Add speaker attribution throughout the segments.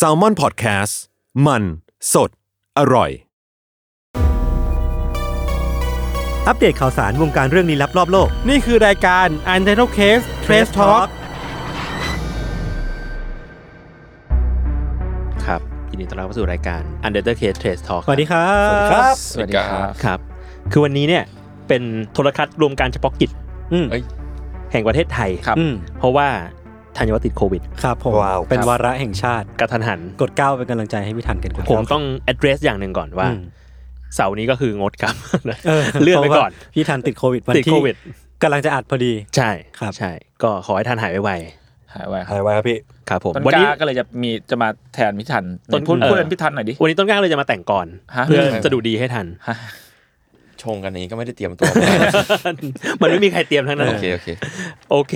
Speaker 1: s a l ม o n PODCAST มันสดอร่อย
Speaker 2: อัปเดตข่าวสารวงการเรื่องลี้ลับรอบโลก
Speaker 3: นี่คือรายการ u n t i t l e d Case Trace Talk
Speaker 4: ครับยินดีต้อนรับเข้าสู่รายการ Under the Case Trace Talk
Speaker 2: สวัสดีครับ
Speaker 5: สวัสดีครับ
Speaker 4: ครับ คือวันนี้เนี่ยเป็นโทรทัศน์รวมการเฉพาะกิจ
Speaker 2: อืม
Speaker 5: เอ้ย
Speaker 4: แห่งประเทศไทย
Speaker 5: ครับ
Speaker 2: อืม
Speaker 4: เพราะว่าธัญวัฒน์ติดโควิด
Speaker 2: ครับผม
Speaker 5: ว้าว
Speaker 2: เป็น
Speaker 5: ครับ
Speaker 2: วาระแห่งชาติ
Speaker 4: กระทันหัน
Speaker 2: กดเก้าวเป็นกำลังใจให้พี่ทันกันกด
Speaker 4: ผ
Speaker 2: เก้าม
Speaker 4: ต้อง address อย่างหนึ่งก่อนว่า
Speaker 2: อืม
Speaker 4: เสาร์นี้ก็คืองดครับ
Speaker 2: เออ
Speaker 4: เลื่อนไป
Speaker 2: พราะว่า
Speaker 4: ก่อน
Speaker 2: พี่ทันติดโควิดวัน
Speaker 4: ติด
Speaker 2: ที่
Speaker 4: โควิด
Speaker 2: กำลังจะอัดพอดี
Speaker 4: ใช่
Speaker 2: ครับ
Speaker 4: ใช่ ก็ขอให้ท่านหายไว
Speaker 5: หายไปค
Speaker 1: หา
Speaker 5: รับ
Speaker 1: ยไว้ครับพี่
Speaker 4: ๆครับผม
Speaker 5: ต้น
Speaker 4: วัน
Speaker 5: กล้า
Speaker 4: นี้
Speaker 5: ก็เลยจะมีจะมาแทนพิธัน
Speaker 4: ต้
Speaker 5: ต้
Speaker 4: น
Speaker 5: นพูด
Speaker 4: เออ
Speaker 5: พูดเป็นพิธันหน่อยดิ
Speaker 4: วันนี้ต้นกล้าเลยจะมาแต่งก่อน
Speaker 5: ฮะ
Speaker 4: เพื่อจะดูดีให้ทัน
Speaker 5: ฮะ
Speaker 6: ชงกันอย่างนี้ก็ไม่ได้เตรียมตัว
Speaker 4: มันไม่มีใครเตรียมทั้งนั้น
Speaker 6: โอเค โอเค
Speaker 4: โอเค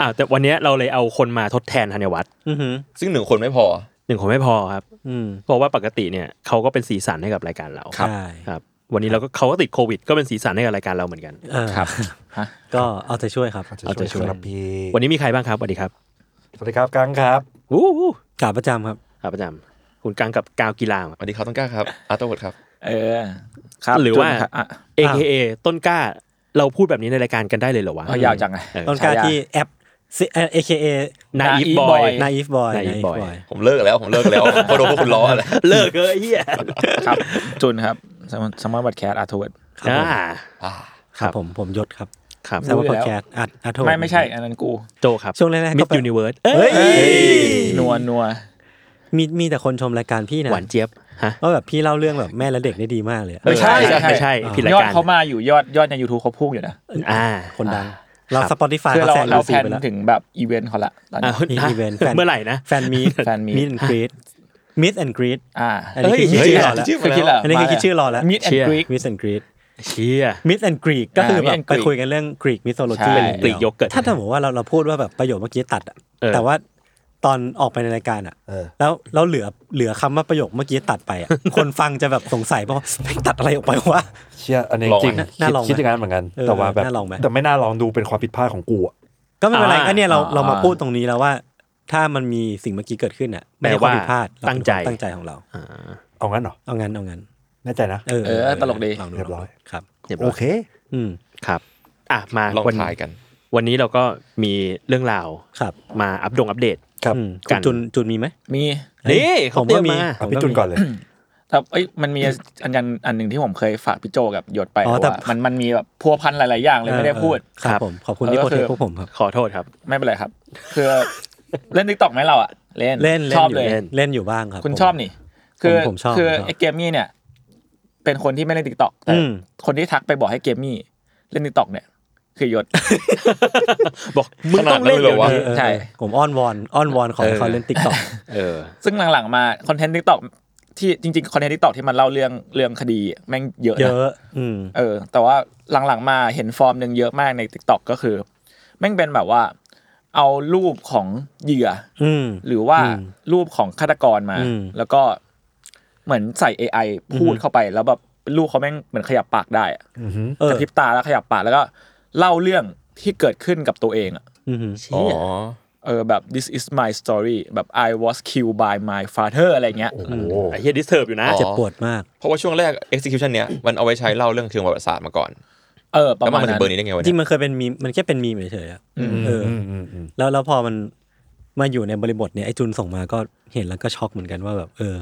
Speaker 4: อ่าแต่วันนี้เราเลยเอาคนมาทดแทนธัญวัฒน์
Speaker 2: อือหือ
Speaker 6: ซึ่งหนึ่งคนไม่พอ
Speaker 4: หนึ่งคนไม่พอครับ
Speaker 2: อืม
Speaker 4: เพราะว่าปกติเนี่ยเขาก็เป็นสีสันให้กับรายการเรา
Speaker 2: ใช่
Speaker 4: ครับ วันนี้เราก็เขาก็ติดโควิด ก็เป็นสีสันให้กับรายการเราเหมือนกัน
Speaker 2: เออ
Speaker 5: ครับฮะ
Speaker 2: ก็เอาใจช่วยครับ
Speaker 4: เอาใจช่วย
Speaker 1: ครับพี่
Speaker 4: วันนี้มีใครบ้างครับสวัสดีครับ
Speaker 1: สวัสดีครับกังครับ
Speaker 4: อู้หู
Speaker 2: กาประจำครับ
Speaker 4: ครับประจำคุณกังกับกาวกีฬา
Speaker 6: วันนี้เขาต้องกล้าครับ อาร์ตเวร์ดครับ
Speaker 5: เออครับ
Speaker 4: หรือว่า
Speaker 5: จุนคบอ่ะ
Speaker 4: AKA ต้นกล้าเราพูดแบบนี้ในรายการกันได้เลยเหรอวะ
Speaker 5: เอายาวจังไง
Speaker 4: เออ
Speaker 2: ต้นกล้าที่แอป C- เอ่อ AKA
Speaker 4: Naive
Speaker 5: Naive
Speaker 4: Boy
Speaker 5: Boy
Speaker 2: นาอีฟบอย
Speaker 4: Naive Boy
Speaker 6: ผมเลิกแล้ว ผมเลิกแล้วเพราะโดนพวกคุณล้ออะไร
Speaker 4: เลิกเลยไอ้เฮีย
Speaker 5: ครับจุนครับสมาร์ทบัตแคสอาร์ทเวิร์ด
Speaker 2: ครับผม
Speaker 4: อ่า
Speaker 6: อ่า
Speaker 2: ครับผมผมยศครับ
Speaker 4: ครับ
Speaker 2: สามารถพอดแคสต์อัดอัดโทร
Speaker 5: ไม่ไม่ใช่อันนั้นกู
Speaker 4: โจครับ
Speaker 2: ช่วงแรกๆ
Speaker 4: มิ
Speaker 2: ก็
Speaker 4: ด
Speaker 2: ไป
Speaker 4: ยูนิเวิร์ส
Speaker 2: เฮ้ย
Speaker 5: นัวนัว
Speaker 2: มีมีแต่คนชมรายการพี่นะ
Speaker 4: หวานเจี๊ยบฮะ
Speaker 2: ว่าแบบพี่เล่าเรื่องแบบแม่และเด็กได้ดีมากเลยอะ
Speaker 5: ไม่ใช่
Speaker 4: ไม่ใช่ผิดราย
Speaker 5: ยอด
Speaker 4: การ
Speaker 5: เขามาอยู่ยอดยอดใน YouTube เขาพุ่งอยู่นะ
Speaker 4: อ่า
Speaker 2: คนดัง
Speaker 4: ครั
Speaker 2: เรา
Speaker 4: บ
Speaker 2: สปอติฟาย
Speaker 5: คือ
Speaker 2: เขาแซง
Speaker 5: เราเรา
Speaker 2: เรา
Speaker 5: แพ
Speaker 2: ซี
Speaker 5: ลน
Speaker 2: ไปแล้ว
Speaker 5: ถึงแบบอีเวนต์เขาละตอน
Speaker 4: อ่า
Speaker 2: มี
Speaker 5: นี้
Speaker 2: อีเวนต์แฟน
Speaker 4: เมื่อไหร่นะ
Speaker 2: แฟนมี
Speaker 5: แฟน meet
Speaker 2: มีนกรีดมิสแอนด์กรีด
Speaker 5: อ่า
Speaker 2: อันนี้คือ
Speaker 4: เฮ้
Speaker 2: คิด
Speaker 4: ย
Speaker 2: ชื่อหล่อแล้ว
Speaker 6: ชื่อมา
Speaker 5: คือคิด
Speaker 6: แล้ว
Speaker 5: ละ
Speaker 2: อันนี้คือคิดชื่อรอแล้ว
Speaker 5: มิดแอน
Speaker 4: เชี่ย
Speaker 5: ด์กรีก
Speaker 2: มิสแอนด์กรีด
Speaker 4: เชีย
Speaker 2: มิสแอนด์กรีดก็คือ
Speaker 5: อ่า
Speaker 2: แบบ
Speaker 5: Meet and
Speaker 2: ไป
Speaker 5: Greet
Speaker 2: คุยกันเรื่องกรีกมิโซโลจี
Speaker 5: ใช่
Speaker 4: กรีกโยเกิร์ต
Speaker 2: ถ้าถ้าผมว่าเราเราพูดว่าแบบประโยคเมื่อกี้ตัดอะ
Speaker 4: เออ
Speaker 2: แต่ว่าตอนออกไปในรายการอะ
Speaker 1: เออ
Speaker 2: แล้วแล้วเหลือเหลือคำว่าประโยคเมื่อกี้ตัดไปอะ คนฟังจะแบบสงสัยว่าแม่งตัดอะไรออกไปวะ
Speaker 1: เชี่ยอันนี้
Speaker 6: ลอง
Speaker 1: จริง
Speaker 6: ไหม
Speaker 1: คิ
Speaker 2: น่า
Speaker 1: ด
Speaker 2: ลองไหม
Speaker 1: คิดอย่างนั้นเหมือนกัน
Speaker 2: เออ
Speaker 1: แต่ว่าแบบ
Speaker 2: น่าลองไหม
Speaker 1: แต่ไม่น่าลองดูเป็นความผิดพลาดของกูอะ
Speaker 2: ก็ไม่เป็นไร
Speaker 4: อ่า
Speaker 2: ก็เนี่ยเรา
Speaker 5: อ่า
Speaker 2: เรามาพูดตรงนี้แล้วว่า ถ้ามันมีสิ่งเมื่อกี้เกิดขึ้นอ่ะไม่ได้ข้อผิดพลาดเราเป็นคนตั้งใจของเรา
Speaker 1: เอางั้นเหรอ
Speaker 2: เอางั้นเอางั้น
Speaker 1: แน่ใจนะ
Speaker 2: เออ
Speaker 5: เออตลกดี
Speaker 2: ลอง
Speaker 1: เรียบร้อย
Speaker 2: ครับ
Speaker 4: เรียบร้
Speaker 1: โอ
Speaker 4: อย
Speaker 1: เค
Speaker 2: อืม
Speaker 4: ครับอ่ะมา
Speaker 6: ลอง
Speaker 4: วัน
Speaker 6: ถ่ายกัน
Speaker 4: วันนี้เราก็มีเรื่องราว
Speaker 2: ครับ
Speaker 4: มาอัปดงอัปเดต
Speaker 1: ครับ
Speaker 2: อืมคุ
Speaker 4: กั
Speaker 2: ณ
Speaker 4: น
Speaker 2: จุนจุนมีไหม
Speaker 5: มี
Speaker 4: นี่เขาเตรียมมา
Speaker 1: เอาพี่จุนก่อนเลย
Speaker 5: แต่เอ้ยมันมีอันยันอันหนึ่งที่ผมเคยฝากพี่โจกับหยดไป
Speaker 2: อ๋อแต่
Speaker 5: แต่ว่ามันมันมีแบบพัวพันหลาย ๆ อย่างเลยไม่ได้พูด
Speaker 2: เออครับ
Speaker 4: ครับ
Speaker 2: ผมขอบคุณที่
Speaker 5: เออ
Speaker 2: โปรเทค
Speaker 5: คือ
Speaker 2: พวกผมครับ
Speaker 4: ขอโทษครับ
Speaker 5: ไม่เป็นไรครับ คือ เล่นทิกตอกไหมเราอ่ะ เล่น
Speaker 2: เล่น
Speaker 5: ช
Speaker 2: เล่น
Speaker 5: อบ
Speaker 2: อยู่
Speaker 5: เลย
Speaker 2: เล่นเล่นอยู่บ้างครับ
Speaker 5: คุณ
Speaker 2: ผม
Speaker 5: ชอบนี่ คือ
Speaker 2: ผมชอบ
Speaker 5: คือ
Speaker 2: ผมชอบ
Speaker 5: ไอ้เกมมี่เนี่ย เป็นคนที่ไม่เล่นทิกตอกแต่
Speaker 2: อืม
Speaker 5: คนที่ทักไปบอกให้เกมมี่เล่นทิกตอกเนี่ย คือหยด
Speaker 4: บอกมึงต้องเล่น
Speaker 6: ขนาดนั้นเลยเหร
Speaker 4: เดี๋ยว
Speaker 6: วะ
Speaker 5: อ
Speaker 4: นี้
Speaker 5: อใช่
Speaker 2: ผมอ้อนวอนอ้อนวอนขอให้เขาเล่นติ๊กต็อก
Speaker 4: เออ
Speaker 5: ซึ่งหลัง ๆ มาคอนเทนต์ทิกตอกที่จริง ๆ คอนเทนต์ทิกตอกที่มันเล่าเรื่องเรื่องคดีแม่งเยอะ
Speaker 2: เย
Speaker 5: นะ
Speaker 2: อะอืม
Speaker 5: เออแต่ว่าหลังๆมาเห็นฟอร์มหนึ่งเยอะมากใน t ิ k t o k ก็คือแม่งเป็นแบบว่า เอารูปของเหยื่อ
Speaker 2: อืม
Speaker 5: หรือว่า
Speaker 2: อืม
Speaker 5: รูปของฆาตกรมา
Speaker 2: อืม
Speaker 5: แล้วก็เหมือนใส่ AI พูดเข้าไป แล้วแบบลูกเขาแม่งเหมือนขยับปากได้อะ
Speaker 2: เออก
Speaker 5: ระพริบตาแล้วขยับปากแล้วก็เล่าเรื่องที่เกิดขึ้นกับตัวเองอะ
Speaker 2: อือหือ
Speaker 6: อ๋อ
Speaker 5: เออแบบ this is my story แบบ I was killed by my father อะไรเงี้ย
Speaker 1: โอ้โห
Speaker 4: ไอ้เฮียดิสเทิร์บอยู่นะ
Speaker 6: อ๋อ
Speaker 2: เจ็บปวดมาก
Speaker 6: เพราะว่าช่วงแรก execution เนี้ยมันเอาไว้ใช้เล่าเรื่องเชิงประวัติศาสตร์มาก่อน
Speaker 5: เออประ
Speaker 6: แล้ว
Speaker 5: มา
Speaker 6: มัน
Speaker 5: ณ
Speaker 6: มาถึง
Speaker 5: นั้น
Speaker 6: เบอร์นี้ได้ไง
Speaker 2: จ
Speaker 6: วะ
Speaker 2: ริ
Speaker 6: เนี่
Speaker 2: ง
Speaker 6: ย
Speaker 2: มันเคยเป็นมีมมันแค่เป็นมีมเฉยๆอะเอออ
Speaker 1: อืมอืมอืม
Speaker 2: แล้วแล้วพอมันมาอยู่ในบริบทเนี่ยไอจุนส่งมาก็เห็นแล้วก็ช็อกเหมือนกันว่าแบบเออ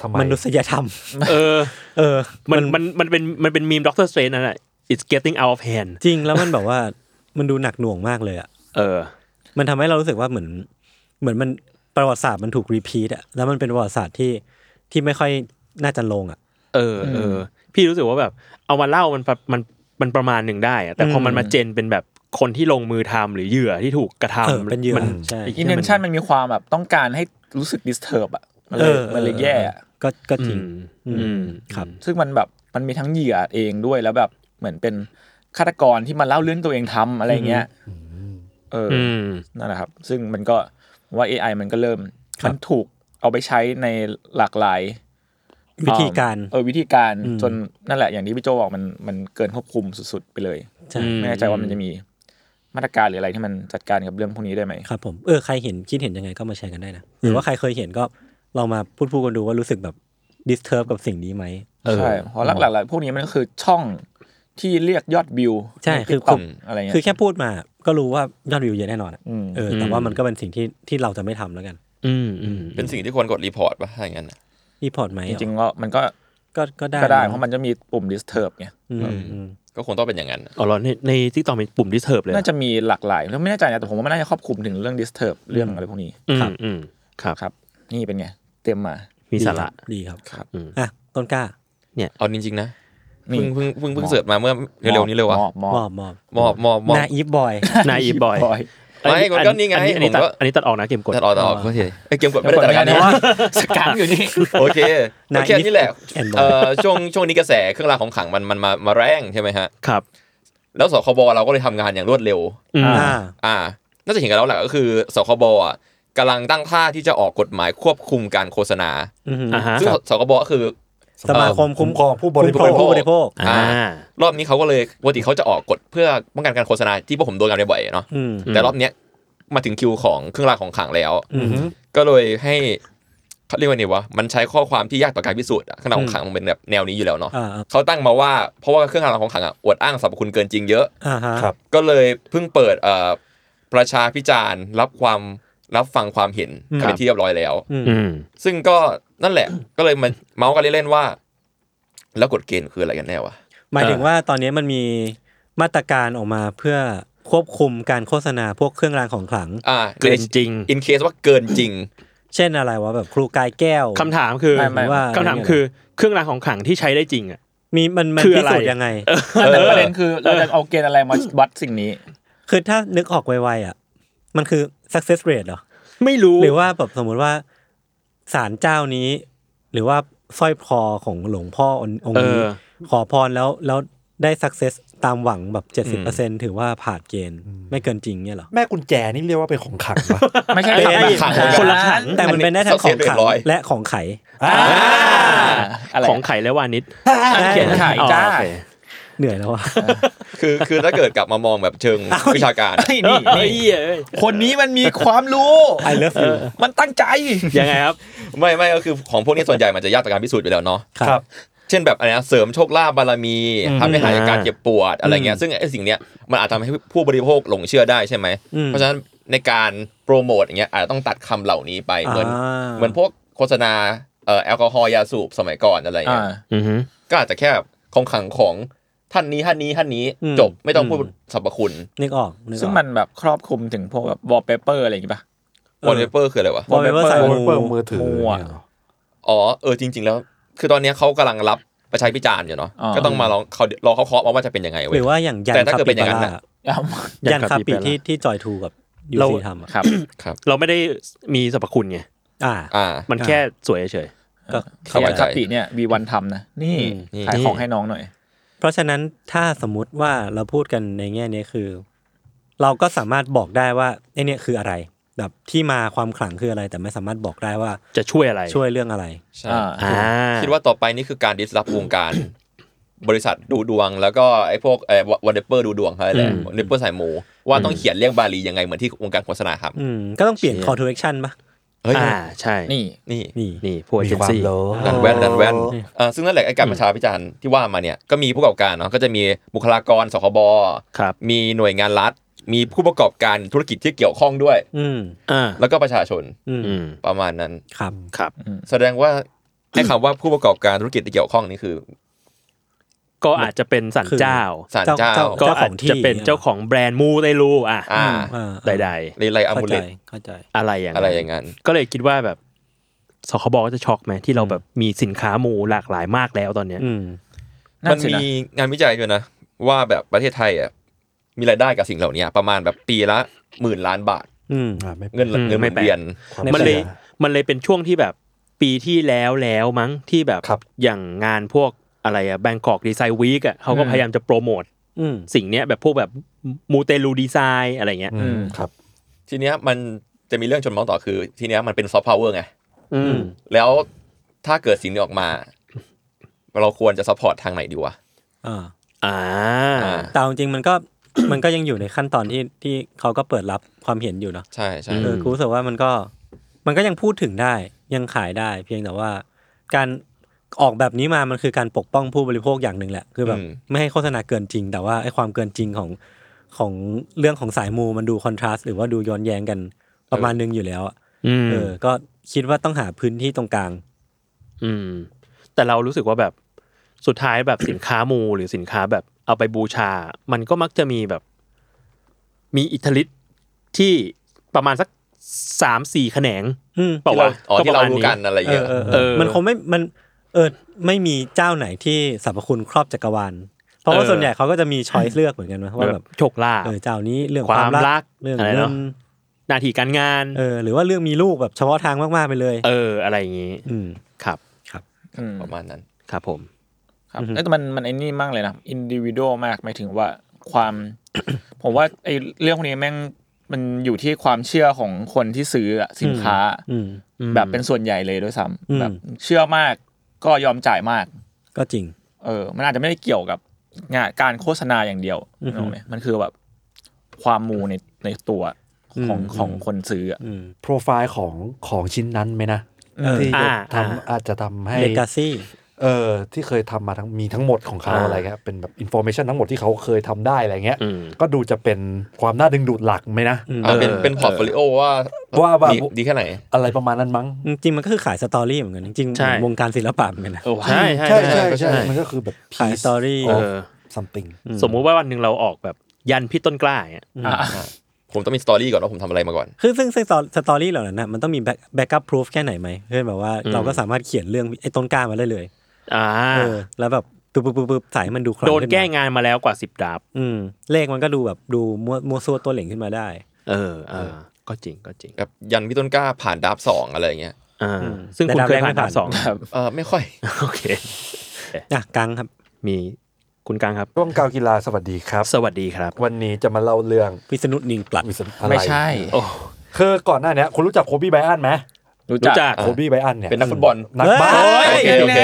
Speaker 1: ทำไม
Speaker 2: มนุษยธรรม
Speaker 4: เออ
Speaker 2: เออ
Speaker 4: มันมันมันเป็นมันเป็นมีมด็อกเตอร์สเตรนนั่นแหละ it's getting out of hand
Speaker 2: จริงแล้วมันแบบว่า มันดูหนักหน่วงมากเลยอ่ะ
Speaker 4: เออ
Speaker 2: มันทำให้เรารู้สึกว่าเหมือน เหมือนมันประวัติศาสตร์มันถูกรีพีทอ่ะแล้วมันเป็นประวัติศาสตร์ที่ที่ไม่ค่อยน่าจะลงอ่ะ
Speaker 4: เออเออ พี่รู้สึกว่าแบบ เอามาเล่ามันมันมันมันประมาณหนึ่งได้อะแต่พอมันมาเจนเป็นแบบคนที่ลงมือทำหรือเหยื่อที่ถูกกระทำ
Speaker 2: เออเป็นเหยื่อ
Speaker 4: มั
Speaker 2: ใช่
Speaker 4: ไเหี้
Speaker 5: อิ
Speaker 4: ย
Speaker 5: น
Speaker 4: มั
Speaker 5: เทนชันมันมีความแบบต้องการให้รู้สึก disturb อะมันเลยมันเลยแย่อะ
Speaker 2: ก็ก็จ
Speaker 4: อื
Speaker 2: ริง
Speaker 4: ม
Speaker 2: อืม
Speaker 4: อืม
Speaker 2: ครับ
Speaker 5: ซึ่งมันแบบมันมีทั้งเหยื่อเองด้วยแล้วแบบเหมือนเป็นฆาตกรที่มาเล่าเรื่องตัวเองทำอะไรเงี้ยเอออ
Speaker 4: อืม
Speaker 5: นั่นแหละครับ ซึ่งมันก็ว่า AI มันก็เริ่ม
Speaker 2: ครับ
Speaker 5: มันถูกเอาไปใช้ในหลากหลาย
Speaker 2: วิธีการ
Speaker 5: เออวิธีการ
Speaker 2: อืม
Speaker 5: จนนั่นแหละอย่างที่พี่โจบอกมันมันเกินควบคุมสุดๆไปเลย
Speaker 2: ใช่
Speaker 4: อืม
Speaker 5: ไม่แน่ใจว่ามันจะมี มาตรการหรืออะไรที่มันจัดการกับเรื่องพวกนี้ได้ไหม
Speaker 2: ครับผมเออใครเห็นคิดเห็นยังไงก็มาแชร์กันได้นะหรือว่าใครเคยเห็นก็ลองมาพูดพูดกันดูว่ารู้สึกแบบดิสเทิร์บกับสิ่งนี้ไหม
Speaker 5: ใช่เพราะหลักๆแล้วพวกนี้มันก็คือช่องที่เรียกยอดวิว
Speaker 2: ใช่คือ
Speaker 5: น TikTok อะไรเงี้ย
Speaker 2: คือแค่พูดมาก็รู้ว่ายอดวิวเยอะแน่นอนอะ
Speaker 5: อืม
Speaker 2: เออแต่ว่ามันก็เป็นสิ่งที่ที่เราจะไม่ทำแล้วกัน
Speaker 4: อืมอืม
Speaker 6: เป็นสิ่งที่ควรกดรีพอร์ตป่ะถ้าอย่างนั้นน่ะ
Speaker 2: รีพอร์ตไหม
Speaker 5: จริงๆก็มันก็
Speaker 2: ก็ก็ได้
Speaker 5: ก็ได้เพราะมันจะมีปุ่ม disturb ไง
Speaker 2: อืมอืม
Speaker 6: ก็คงต้องเป็นอย่างนั้นน่ะ
Speaker 4: อ๋อเหรอในในที่ต่อมีปุ่มดิสเทิร์บเลยเหรอ
Speaker 5: น่าจะมีหลากหลายไม่แน่ใจนะแต่ผมว่ามันน่าจะครอบคลุมถึงเรื่อง disturb เรื่องอะไรพวกนี้
Speaker 4: อื
Speaker 2: ครั
Speaker 4: ม
Speaker 2: บ
Speaker 4: อืมครับ
Speaker 5: ครับ นี่เป็นไงเตรียมมา
Speaker 4: มีสาระ
Speaker 2: ดีครับ
Speaker 5: ครับ
Speaker 4: อืม
Speaker 2: อ่ะต้นกล้า
Speaker 6: เอาจริงๆนะ
Speaker 5: นี่
Speaker 6: เพิ่งเพิ่งเพิ่งเพิ่งเสิร์ชมาเมื่อเร็วๆนี้เลยวะ
Speaker 5: มอบมอบ
Speaker 2: มอบมอบ
Speaker 6: มอบมอบมอบ
Speaker 2: นาอีฟบอย
Speaker 4: นายอีฟบอย
Speaker 5: บอย
Speaker 6: ไม่ก็ก็นี่ไง
Speaker 4: อัอันนี้
Speaker 6: ผม
Speaker 4: ตัด
Speaker 6: ก็
Speaker 4: อันนี้ตัดออกนะเกมกด
Speaker 6: ตัดออกตัดออกก็เถอะไอ้ยเกมกดไม่
Speaker 5: เกมกด
Speaker 6: ได้ตัดกัน
Speaker 5: ไม่ได้
Speaker 6: นะ
Speaker 5: นะ
Speaker 6: สกังอยู่นี่โอเค
Speaker 2: นาย
Speaker 6: ก็แค่นี้แหละ
Speaker 2: and
Speaker 6: เอ่อช่วงช่วงนี้กระแสเครื่องรางของขลังมันมันมามาแรงใช่ไหมฮะ
Speaker 4: ครับ
Speaker 6: แล้วสคบเราก็เลยทำงานอย่างรวดเร็ว
Speaker 4: อืม
Speaker 2: อ่า
Speaker 6: อ่า น่าจะเห็นกันแล้วแหละก็คือสคบอ่ะกำลังตั้งท่าที่จะออกกฎหมายควบคุมการโฆษณา
Speaker 2: อือหือ
Speaker 4: อ่าฮะ
Speaker 6: ซึ่งสคบก็คือ
Speaker 2: สมาคมคุ้มครองผู้บริโภคผู้บริโภค
Speaker 4: อ่า
Speaker 6: รอบนี้เขาก็เลยปกติเขาจะออกกฎเพื่อป้องกันการโฆษณาที่พวกผมโดนกันบ่อยๆเนาะ
Speaker 2: อืม
Speaker 6: แต่รอบเนี้ยมาถึงคิวของเครื่องรางของขลังแล้ว
Speaker 2: อืม
Speaker 6: ก็เลยให้เขาเรียกว่าไงวะมันใช้ข้อความที่ยากต่อการพิสูจน์อะเครื่องรางของขลังมันเป็นแบบแนวนี้อยู่แล้วเนาะ
Speaker 2: อ่าอ่า
Speaker 6: เขาตั้งมาว่าเพราะว่าเครื่องรางของขลังอะอวดอ้างสรรพคุณเกินจริงเยอะ
Speaker 2: อ่าฮะ
Speaker 3: ครับ
Speaker 6: ก็เลยเพิ่งเปิดเอ่อประชาพิจารณ์รับความรับฟังความเห็นกันเป็นที่เรียบร้อยแล้ว
Speaker 2: อืม
Speaker 4: อืม
Speaker 6: ซึ่งก็นั่นแหละ ก็เลยมาเมาส์กันเล่นๆว่า แล้วกฎเกณฑ์คืออะไรกันแน่วะ
Speaker 2: หมายถึงว่าตอนนี้มันมีมาตรการออกมาเพื่อควบคุมการโฆษณาพวกเครื่องรางของขลัง
Speaker 6: อ่า
Speaker 4: เกินจริง
Speaker 6: อินเคสว่าเกินจริง
Speaker 2: เช่นอะไรวะแบบครูกายแก้ว
Speaker 4: คำถามคือ
Speaker 5: ไม่ไม่
Speaker 2: ว่า
Speaker 4: คำถามคือเครื่องรางของขลังที่ใช้ได้จริงอ่ะ
Speaker 2: มีมันมัน
Speaker 4: คือ
Speaker 2: พิ
Speaker 4: อะไร
Speaker 2: สูจน์ยังไง
Speaker 5: ไม่แต่ประเด็นคือเราจะเอาเกณฑ์อะไรมาวัดสิ่งนี้
Speaker 2: คือถ้านึกออกไวๆอ่ะ มันคือ success rate เหรอ
Speaker 4: ไม่รู้
Speaker 2: หรือว่าแบบสมมุติว่าศาลเจ้านี้ หรือว่าสร้อยคอของหลวงพ่อองค์องค์นี้
Speaker 4: เออ
Speaker 2: ขอพรแล้วแล้วได้ success ตามหวังแบบ 70%ถือว่าผ่านเกณฑ์ไม่เกินจริงเนี่ยเหรอ
Speaker 3: แม่กุญแจนี่เรียกว่าเป็นของขลังปะ
Speaker 5: ไม่ใช่
Speaker 2: เป็น
Speaker 5: ขัง
Speaker 6: คนละ
Speaker 5: ขัง
Speaker 2: แต่มันเป็นได้ทั้งของขัง
Speaker 6: success rate ร้อย
Speaker 2: และของไข
Speaker 5: อะไร
Speaker 4: ของไข่และวานิช
Speaker 5: เขียนขาย
Speaker 4: อ๋อ
Speaker 5: จ้า
Speaker 4: โอเค
Speaker 2: เหนื่อยแล้วอ่ะ
Speaker 6: คือคือถ้าเกิดกลับมามองแบบเชิงวิชาการ
Speaker 5: เฮ้ยนี่
Speaker 4: เฮ้ย
Speaker 5: นี่
Speaker 4: เอ้ย
Speaker 5: คนนี้มันมีความรู้
Speaker 2: I love you
Speaker 5: มันตั้งใจ
Speaker 4: ยังไงครับ
Speaker 6: ไม่ไม่ก็คือของพวกนี้ส่วนใหญ่มันจะยากต่อการพิสูจน์อยู่แล้วเนาะ
Speaker 3: ครับ
Speaker 6: เช่นแบบอะไรนะเสริมโชคลาภบารมีทำให้หายจากการเจ็บปวดอะไรเงี้ยซึ่งไอ้สิ่งเนี้ยมันอาจทำให้ผู้บริโภคหลงเชื่อได้ใช่ไหม
Speaker 2: อืม
Speaker 6: เพราะฉะนั้นในการโปรโมทอย่างเงี้ยอาจจะต้องตัดคำเหล่านี้ไปเหมือน
Speaker 2: อ่า
Speaker 6: เหมือนพวกโฆษณาเอ่อแอลกอฮอล์ยาสูบสมัยก่อนอะไร
Speaker 5: อ่า
Speaker 6: เงี้ยก็อาจจะแค่แบบของขลังของท่านนี้ท่านนี้ท่านนี้
Speaker 2: อืม
Speaker 6: จบไม่ต้องพูดสรรพคุณ
Speaker 2: นึกออกกออก
Speaker 5: ซึ่งมันแบบครอบคลุมถึงพวกแบบ wallpaper อะไรอย่างงี้ป่ะ
Speaker 2: เออ
Speaker 6: วอลเปเปอร์คืออะไรวะ
Speaker 2: วอลเปเปอร์ใส่
Speaker 5: wallpaper
Speaker 2: ห
Speaker 3: เปิดมือถือเนี่ยเหรอ
Speaker 6: อ๋อเออจริง ๆ แล้ว คือตอนเนี้ยเขากำลังรับประชาพิจารณ์อยู่เนาะ
Speaker 5: อ๋อ
Speaker 6: ก็ต้องมาลองเขารอเขาเคาะมาว่าจะเป็นยังไงเว้
Speaker 2: ห
Speaker 6: ย
Speaker 2: รือว่าอย่างยัน
Speaker 6: แต่ถ้า
Speaker 2: คา
Speaker 6: เกิดเป็
Speaker 2: ปิ
Speaker 6: นอย่า
Speaker 2: บาง
Speaker 6: นั้น
Speaker 2: ร่า
Speaker 6: น่ะ
Speaker 5: เอา
Speaker 2: ยันคาปิ
Speaker 4: ยันคาปิบาร่า
Speaker 2: ที่ที่จอยทูกับยูซีทำอะ
Speaker 5: ครับ
Speaker 6: ครับ
Speaker 4: เราไม่ได้มีสรรพคุณไง
Speaker 2: อ่า
Speaker 6: อ่า
Speaker 4: มันแค่สวยเฉย
Speaker 2: ก็
Speaker 5: เขา
Speaker 2: เข้า
Speaker 5: บ
Speaker 2: ใจ
Speaker 5: อกคาปิเนี่ยวีวันทำนะ นี่
Speaker 6: อืม
Speaker 5: ขายของให้น้องหน่อย
Speaker 2: เพราะฉะนั้นถ้าสมมุติว่าเราพูดกันในแง่นี้คือ เราก็สามารถบอกได้ว่าไอเนี่ยคืออะไร แบบที่มาความขลังคืออะไร แต่ไม่สามารถบอกได้ว่า
Speaker 4: จะช่วยอะไร
Speaker 2: ช่วยเรื่องอะไร
Speaker 6: ใช่
Speaker 5: อ่า
Speaker 4: อ่า
Speaker 6: คิดว่าต่อไปนี่คือการดิสรับวงการ บริษัทดูดวง แล้วก็ไอ้พวกเอ่อวันเดเปอร์ดูดวงเขาแหละวันเดเปอร์สายมูว่าต้องเขียนเรียกบาลียังไงเหมือนที่วงการโฆษณาครับ
Speaker 2: อืมก็ต้องเปลี่ยน call to action ปะ
Speaker 6: เฮ้ย
Speaker 4: อ่าใช่
Speaker 5: นี่
Speaker 6: นี่
Speaker 2: นี่
Speaker 4: นี่พวกเจ
Speaker 3: มี
Speaker 4: น
Speaker 3: ความ
Speaker 4: ซี่
Speaker 3: โล
Speaker 6: ดันแว่นดันแว่นอ่าซึ่งนั่นแหละไอ้การประชาพิจารณ์ที่ว่ามาเนี่ยก็มีผู้ประกอบการเนาะก็จะมีบุคลากรสคบ
Speaker 4: ครับ
Speaker 6: มีหน่วยงานรัฐ มีผู้ประกอบการธุรกิจที่เกี่ยวข้องด้วย
Speaker 2: อืม
Speaker 4: อ่า
Speaker 6: แล้วก็ประชาชน
Speaker 2: อืม
Speaker 4: อืม
Speaker 6: ประมาณนั้น
Speaker 2: ครับ
Speaker 4: ครับ
Speaker 6: แสดง ว่า ไอ้คำว่าผู้ประกอบการธุรกิจที่เกี่ยวข้องนี่คือ
Speaker 4: ก็อาจจะเป็นสันเจ้า
Speaker 6: ศาลเจ้า
Speaker 4: ก็
Speaker 2: เจ้าข
Speaker 4: อา
Speaker 2: อ
Speaker 4: จ
Speaker 2: งที่
Speaker 4: จะเป็นเจ้าของแบรนด์มูเตลูอ่ะ
Speaker 6: อ่า
Speaker 2: อ่า
Speaker 4: ใด
Speaker 6: ลีไลอัม
Speaker 2: เข้า
Speaker 6: บู
Speaker 2: ใจ
Speaker 6: เลต
Speaker 2: เข้าใจ
Speaker 4: อะไรอย่าง
Speaker 6: อะไร
Speaker 4: นั้น
Speaker 6: อย่างนั้น
Speaker 4: ก็เลยคิดว่าแบบสคบก็จะช็อกไหมที่เราแบบมีสินค้ามูหลากหลายมากแล้วตอนเนี้ย
Speaker 2: อืม
Speaker 5: นั่
Speaker 6: มัน น
Speaker 5: สินะ
Speaker 6: มีงานวิจัยด้วยนะ ว่าแบบประเทศไทยอ่ะมีรายได้กับสิ่งเหล่านี้ประมาณแบบปีละหมื่นล้านบาท
Speaker 2: อืม
Speaker 3: อ่ะไม่
Speaker 6: เงินเงินหมุนเวียน
Speaker 3: ความ
Speaker 4: มัน
Speaker 3: ชื่อ
Speaker 4: เลยมันเลยเป็นช่วงที่แบบปีที่แล้วแล้วมั้งที่แบบ
Speaker 3: ครับ
Speaker 4: อย่างงานพวกอะไรอะแบงกอกดีไซน์วีคอะเขาก็พยายามจะโปรโมท
Speaker 2: อืม
Speaker 4: สิ่งเนี้ยแบบพวกแบบมูเตลูดีไซน์อะไรเงี้ย
Speaker 3: อืมครับ
Speaker 6: ทีเนี้ยมันจะมีเรื่องชนเมองต่อคือ ทีเนี้ยมันเป็นซอฟต์พาวเวอร์ไง
Speaker 4: อืม
Speaker 6: แล้วถ้าเกิดสิ่งนี้ออกมา เราควรจะซัพพอร์ตทางไหนดีวะ
Speaker 2: อ่า
Speaker 4: อ่า
Speaker 6: อ่า
Speaker 2: แต่เอาจริงๆมันก็ มันก็ยังอยู่ในขั้นตอนที่ที่เขาก็เปิดรับความเห็นอยู่เนาะ
Speaker 6: ใช่ใช่
Speaker 2: เออกูรู้สึกว่ามันก็มันก็ยังพูดถึงได้ยังขายได้ เพียงแต่ว่า การออกแบบนี้มามันคือการปกป้องผู้บริโภคอย่างหนึ่งแหละ คือแบบไม่ให้โฆษณาเกินจริง แต่ว่าไอ้ความเกินจริงของของเรื่องของสายมูมันดูคอนทราสต์หรือว่าดูย้อนแย้งกันประมาณนึงอยู่แล้วอะ
Speaker 4: อืม
Speaker 2: เออ ก็คิดว่าต้องหาพื้นที่ตรงกลาง
Speaker 4: อืมแต่เรารู้สึกว่าแบบสุดท้ายแบบ สินค้ามูหรือสินค้าแบบเอาไปบูชา มันก็มักจะมีแบบ มีอิทธิฤทธิ์ที่ประมาณสักสามสี่แขนง
Speaker 2: อืม
Speaker 4: เปล่า
Speaker 6: ที่เรา
Speaker 4: วะ
Speaker 6: อ๋อที่เรา
Speaker 4: ปะมณ
Speaker 6: รู้กันอะไรเงี้ย
Speaker 2: เออเออ
Speaker 4: เอ
Speaker 2: เออ
Speaker 4: อ
Speaker 2: มันคงไม่ มันเออไม่มีเจ้าไหนที่สรรพคุณครอบจักรวาล เพราะว่า
Speaker 4: เออ
Speaker 2: ส่วนใหญ่เขาก็จะมีช้อยส์เลือกเหมือนกันนะว่าแบบ
Speaker 4: โชคลาภ
Speaker 2: เออเจ้านี้เรื่องค
Speaker 4: คาว
Speaker 2: วามมรั
Speaker 4: รัก
Speaker 2: กเรื่อง
Speaker 4: อะไร
Speaker 2: เงิ
Speaker 4: เนาะ
Speaker 2: น
Speaker 4: หน้าที่การงาน
Speaker 2: เออหรือว่าเรื่องมีลูกแบบเฉพาะทางมากๆไปเลย
Speaker 4: เอออะไรอย่างงี้
Speaker 2: ืม
Speaker 4: ครับ
Speaker 5: อืม
Speaker 6: ประมาณนั้น
Speaker 4: ครับผม
Speaker 5: ครับ
Speaker 2: อือฮึ
Speaker 5: เอ้ยแต่มันมันไอ้นี่มากเลยนะอินดิวิโดมากหมายถึงว่าความ ผมว่าไอ้เรื่องพวกนี้แม่งมันอยู่ที่ความเชื่อของคนที่ซื้ออะสินค้า
Speaker 2: อืม
Speaker 4: อืม
Speaker 5: แบบเป็นส่วนใหญ่เลยด้วยซ้
Speaker 2: อืม
Speaker 5: ำแบบเชื่อมากก็ยอมจ่ายมาก
Speaker 2: ก็จริง
Speaker 5: เออ มันอาจจะไม่ได้เกี่ยวกับงานการโฆษณาอย่างเดียว
Speaker 2: อือฮึ
Speaker 5: นึกออกไหมมันคือแบบความมูในในตัวของ
Speaker 2: อืม
Speaker 5: ของคนซื้ออะ
Speaker 2: อืม
Speaker 3: โปรไฟล์ของของชิ้นนั้นไหมนะ
Speaker 5: เออ
Speaker 3: ที่จะ
Speaker 4: อ่า
Speaker 3: ทำ
Speaker 4: อ่า
Speaker 3: อาจจะทำให้
Speaker 2: เลกาซี่
Speaker 3: เออที่เคยทำมาทั้งมีทั้งหมดของเขา
Speaker 4: อ่า
Speaker 3: อะไรเงี้ยเป็นแบบอินโฟเมชันทั้งหมดที่เขาเคยทำได้อะไรเงี้ย
Speaker 4: อืม
Speaker 3: ก็ดูจะเป็นความน่าดึงดูดหลักไหมนะ
Speaker 2: อืม
Speaker 6: อ่ะเป็น
Speaker 4: เออ
Speaker 6: เป็นพอร์ตโฟลิโอว่า
Speaker 3: ว่าว่า
Speaker 6: ดีดีแค่ไหน
Speaker 3: อะไรประมาณนั้นมั้ง
Speaker 2: จริงๆมันก็คือขายสตอรี่เหมือนกัน จริงๆ
Speaker 4: ใช่
Speaker 2: วงการศิลปะเหมือนกันนะ
Speaker 5: เออว่ะ
Speaker 4: ใช่ใช่
Speaker 3: ใช่
Speaker 4: ใช่
Speaker 3: ใช่
Speaker 6: ใช่
Speaker 3: ใช่มันก็คือแบบ
Speaker 2: ขาย
Speaker 3: piece
Speaker 2: สตอรี่
Speaker 4: เออ
Speaker 3: something
Speaker 4: สมมุติว่าวันหนึ่งเราออกแบบยันพี่ต้นกล้าเนี่ย
Speaker 6: ผมต้องมีสตอรี่ก่อนว่าผมทำอะไรมาก่อน
Speaker 2: คือซึ่งซึ่งสตอรี่เหล่านั้นนะมันต้องมีแบ็กอัพพรูฟแค่ไหนไหมเพื่อแบบว่าเราก็สามารถเขียนเรื่องไอ้ต้นกล้ามาได้เลย
Speaker 4: อ่า
Speaker 2: เออแล้วแบบปุ๊บปุ๊บปุ๊บปุ๊บสายมันดูคลัง
Speaker 4: โดน
Speaker 2: ขึ้มา
Speaker 4: แก้งานมาแล้วกว่าสิบดาบ
Speaker 2: อืม เลขมันก็ดูแบบดูมัวมัวซัวตัวเหล่งขึ้นมาได้
Speaker 4: เอออ่าก็จริงก็จริง
Speaker 6: แบบยันพี่ต้นกล้าผ่านดับสองอะไรอย่างเงี้ย
Speaker 4: อ่า
Speaker 2: อืม
Speaker 4: ซึ่งคุณเคย
Speaker 2: แต่ดาวแรก
Speaker 4: ผ่าน
Speaker 2: ไม่
Speaker 4: ด่า
Speaker 2: ผ่าน
Speaker 4: นสอง
Speaker 6: เออไม่ค่อย
Speaker 4: โอเค
Speaker 2: อ่ะกังครับ
Speaker 4: มีคุณกังครับ
Speaker 3: ร่วมกาวกีฬาสวัสดีครับ
Speaker 4: สวัสดีครับ
Speaker 3: วันนี้จะมาเล่าเรื่อง
Speaker 2: พิษณุนิงปลัด
Speaker 3: วิศนุอะไร
Speaker 5: ไม่ใช่
Speaker 4: โอ้
Speaker 3: คือก่อนหน้าเนี้ยคุณรู้จักโคบี้ไบรอันไหม
Speaker 5: รู้
Speaker 4: รู้
Speaker 5: จั
Speaker 4: จั
Speaker 5: ก
Speaker 4: ก
Speaker 3: โคบี้ไบรอันเนี่ย
Speaker 6: เป็นนักฟุตบอล
Speaker 3: นักบาส
Speaker 2: เฮ้
Speaker 5: โอ้ย
Speaker 6: โอเค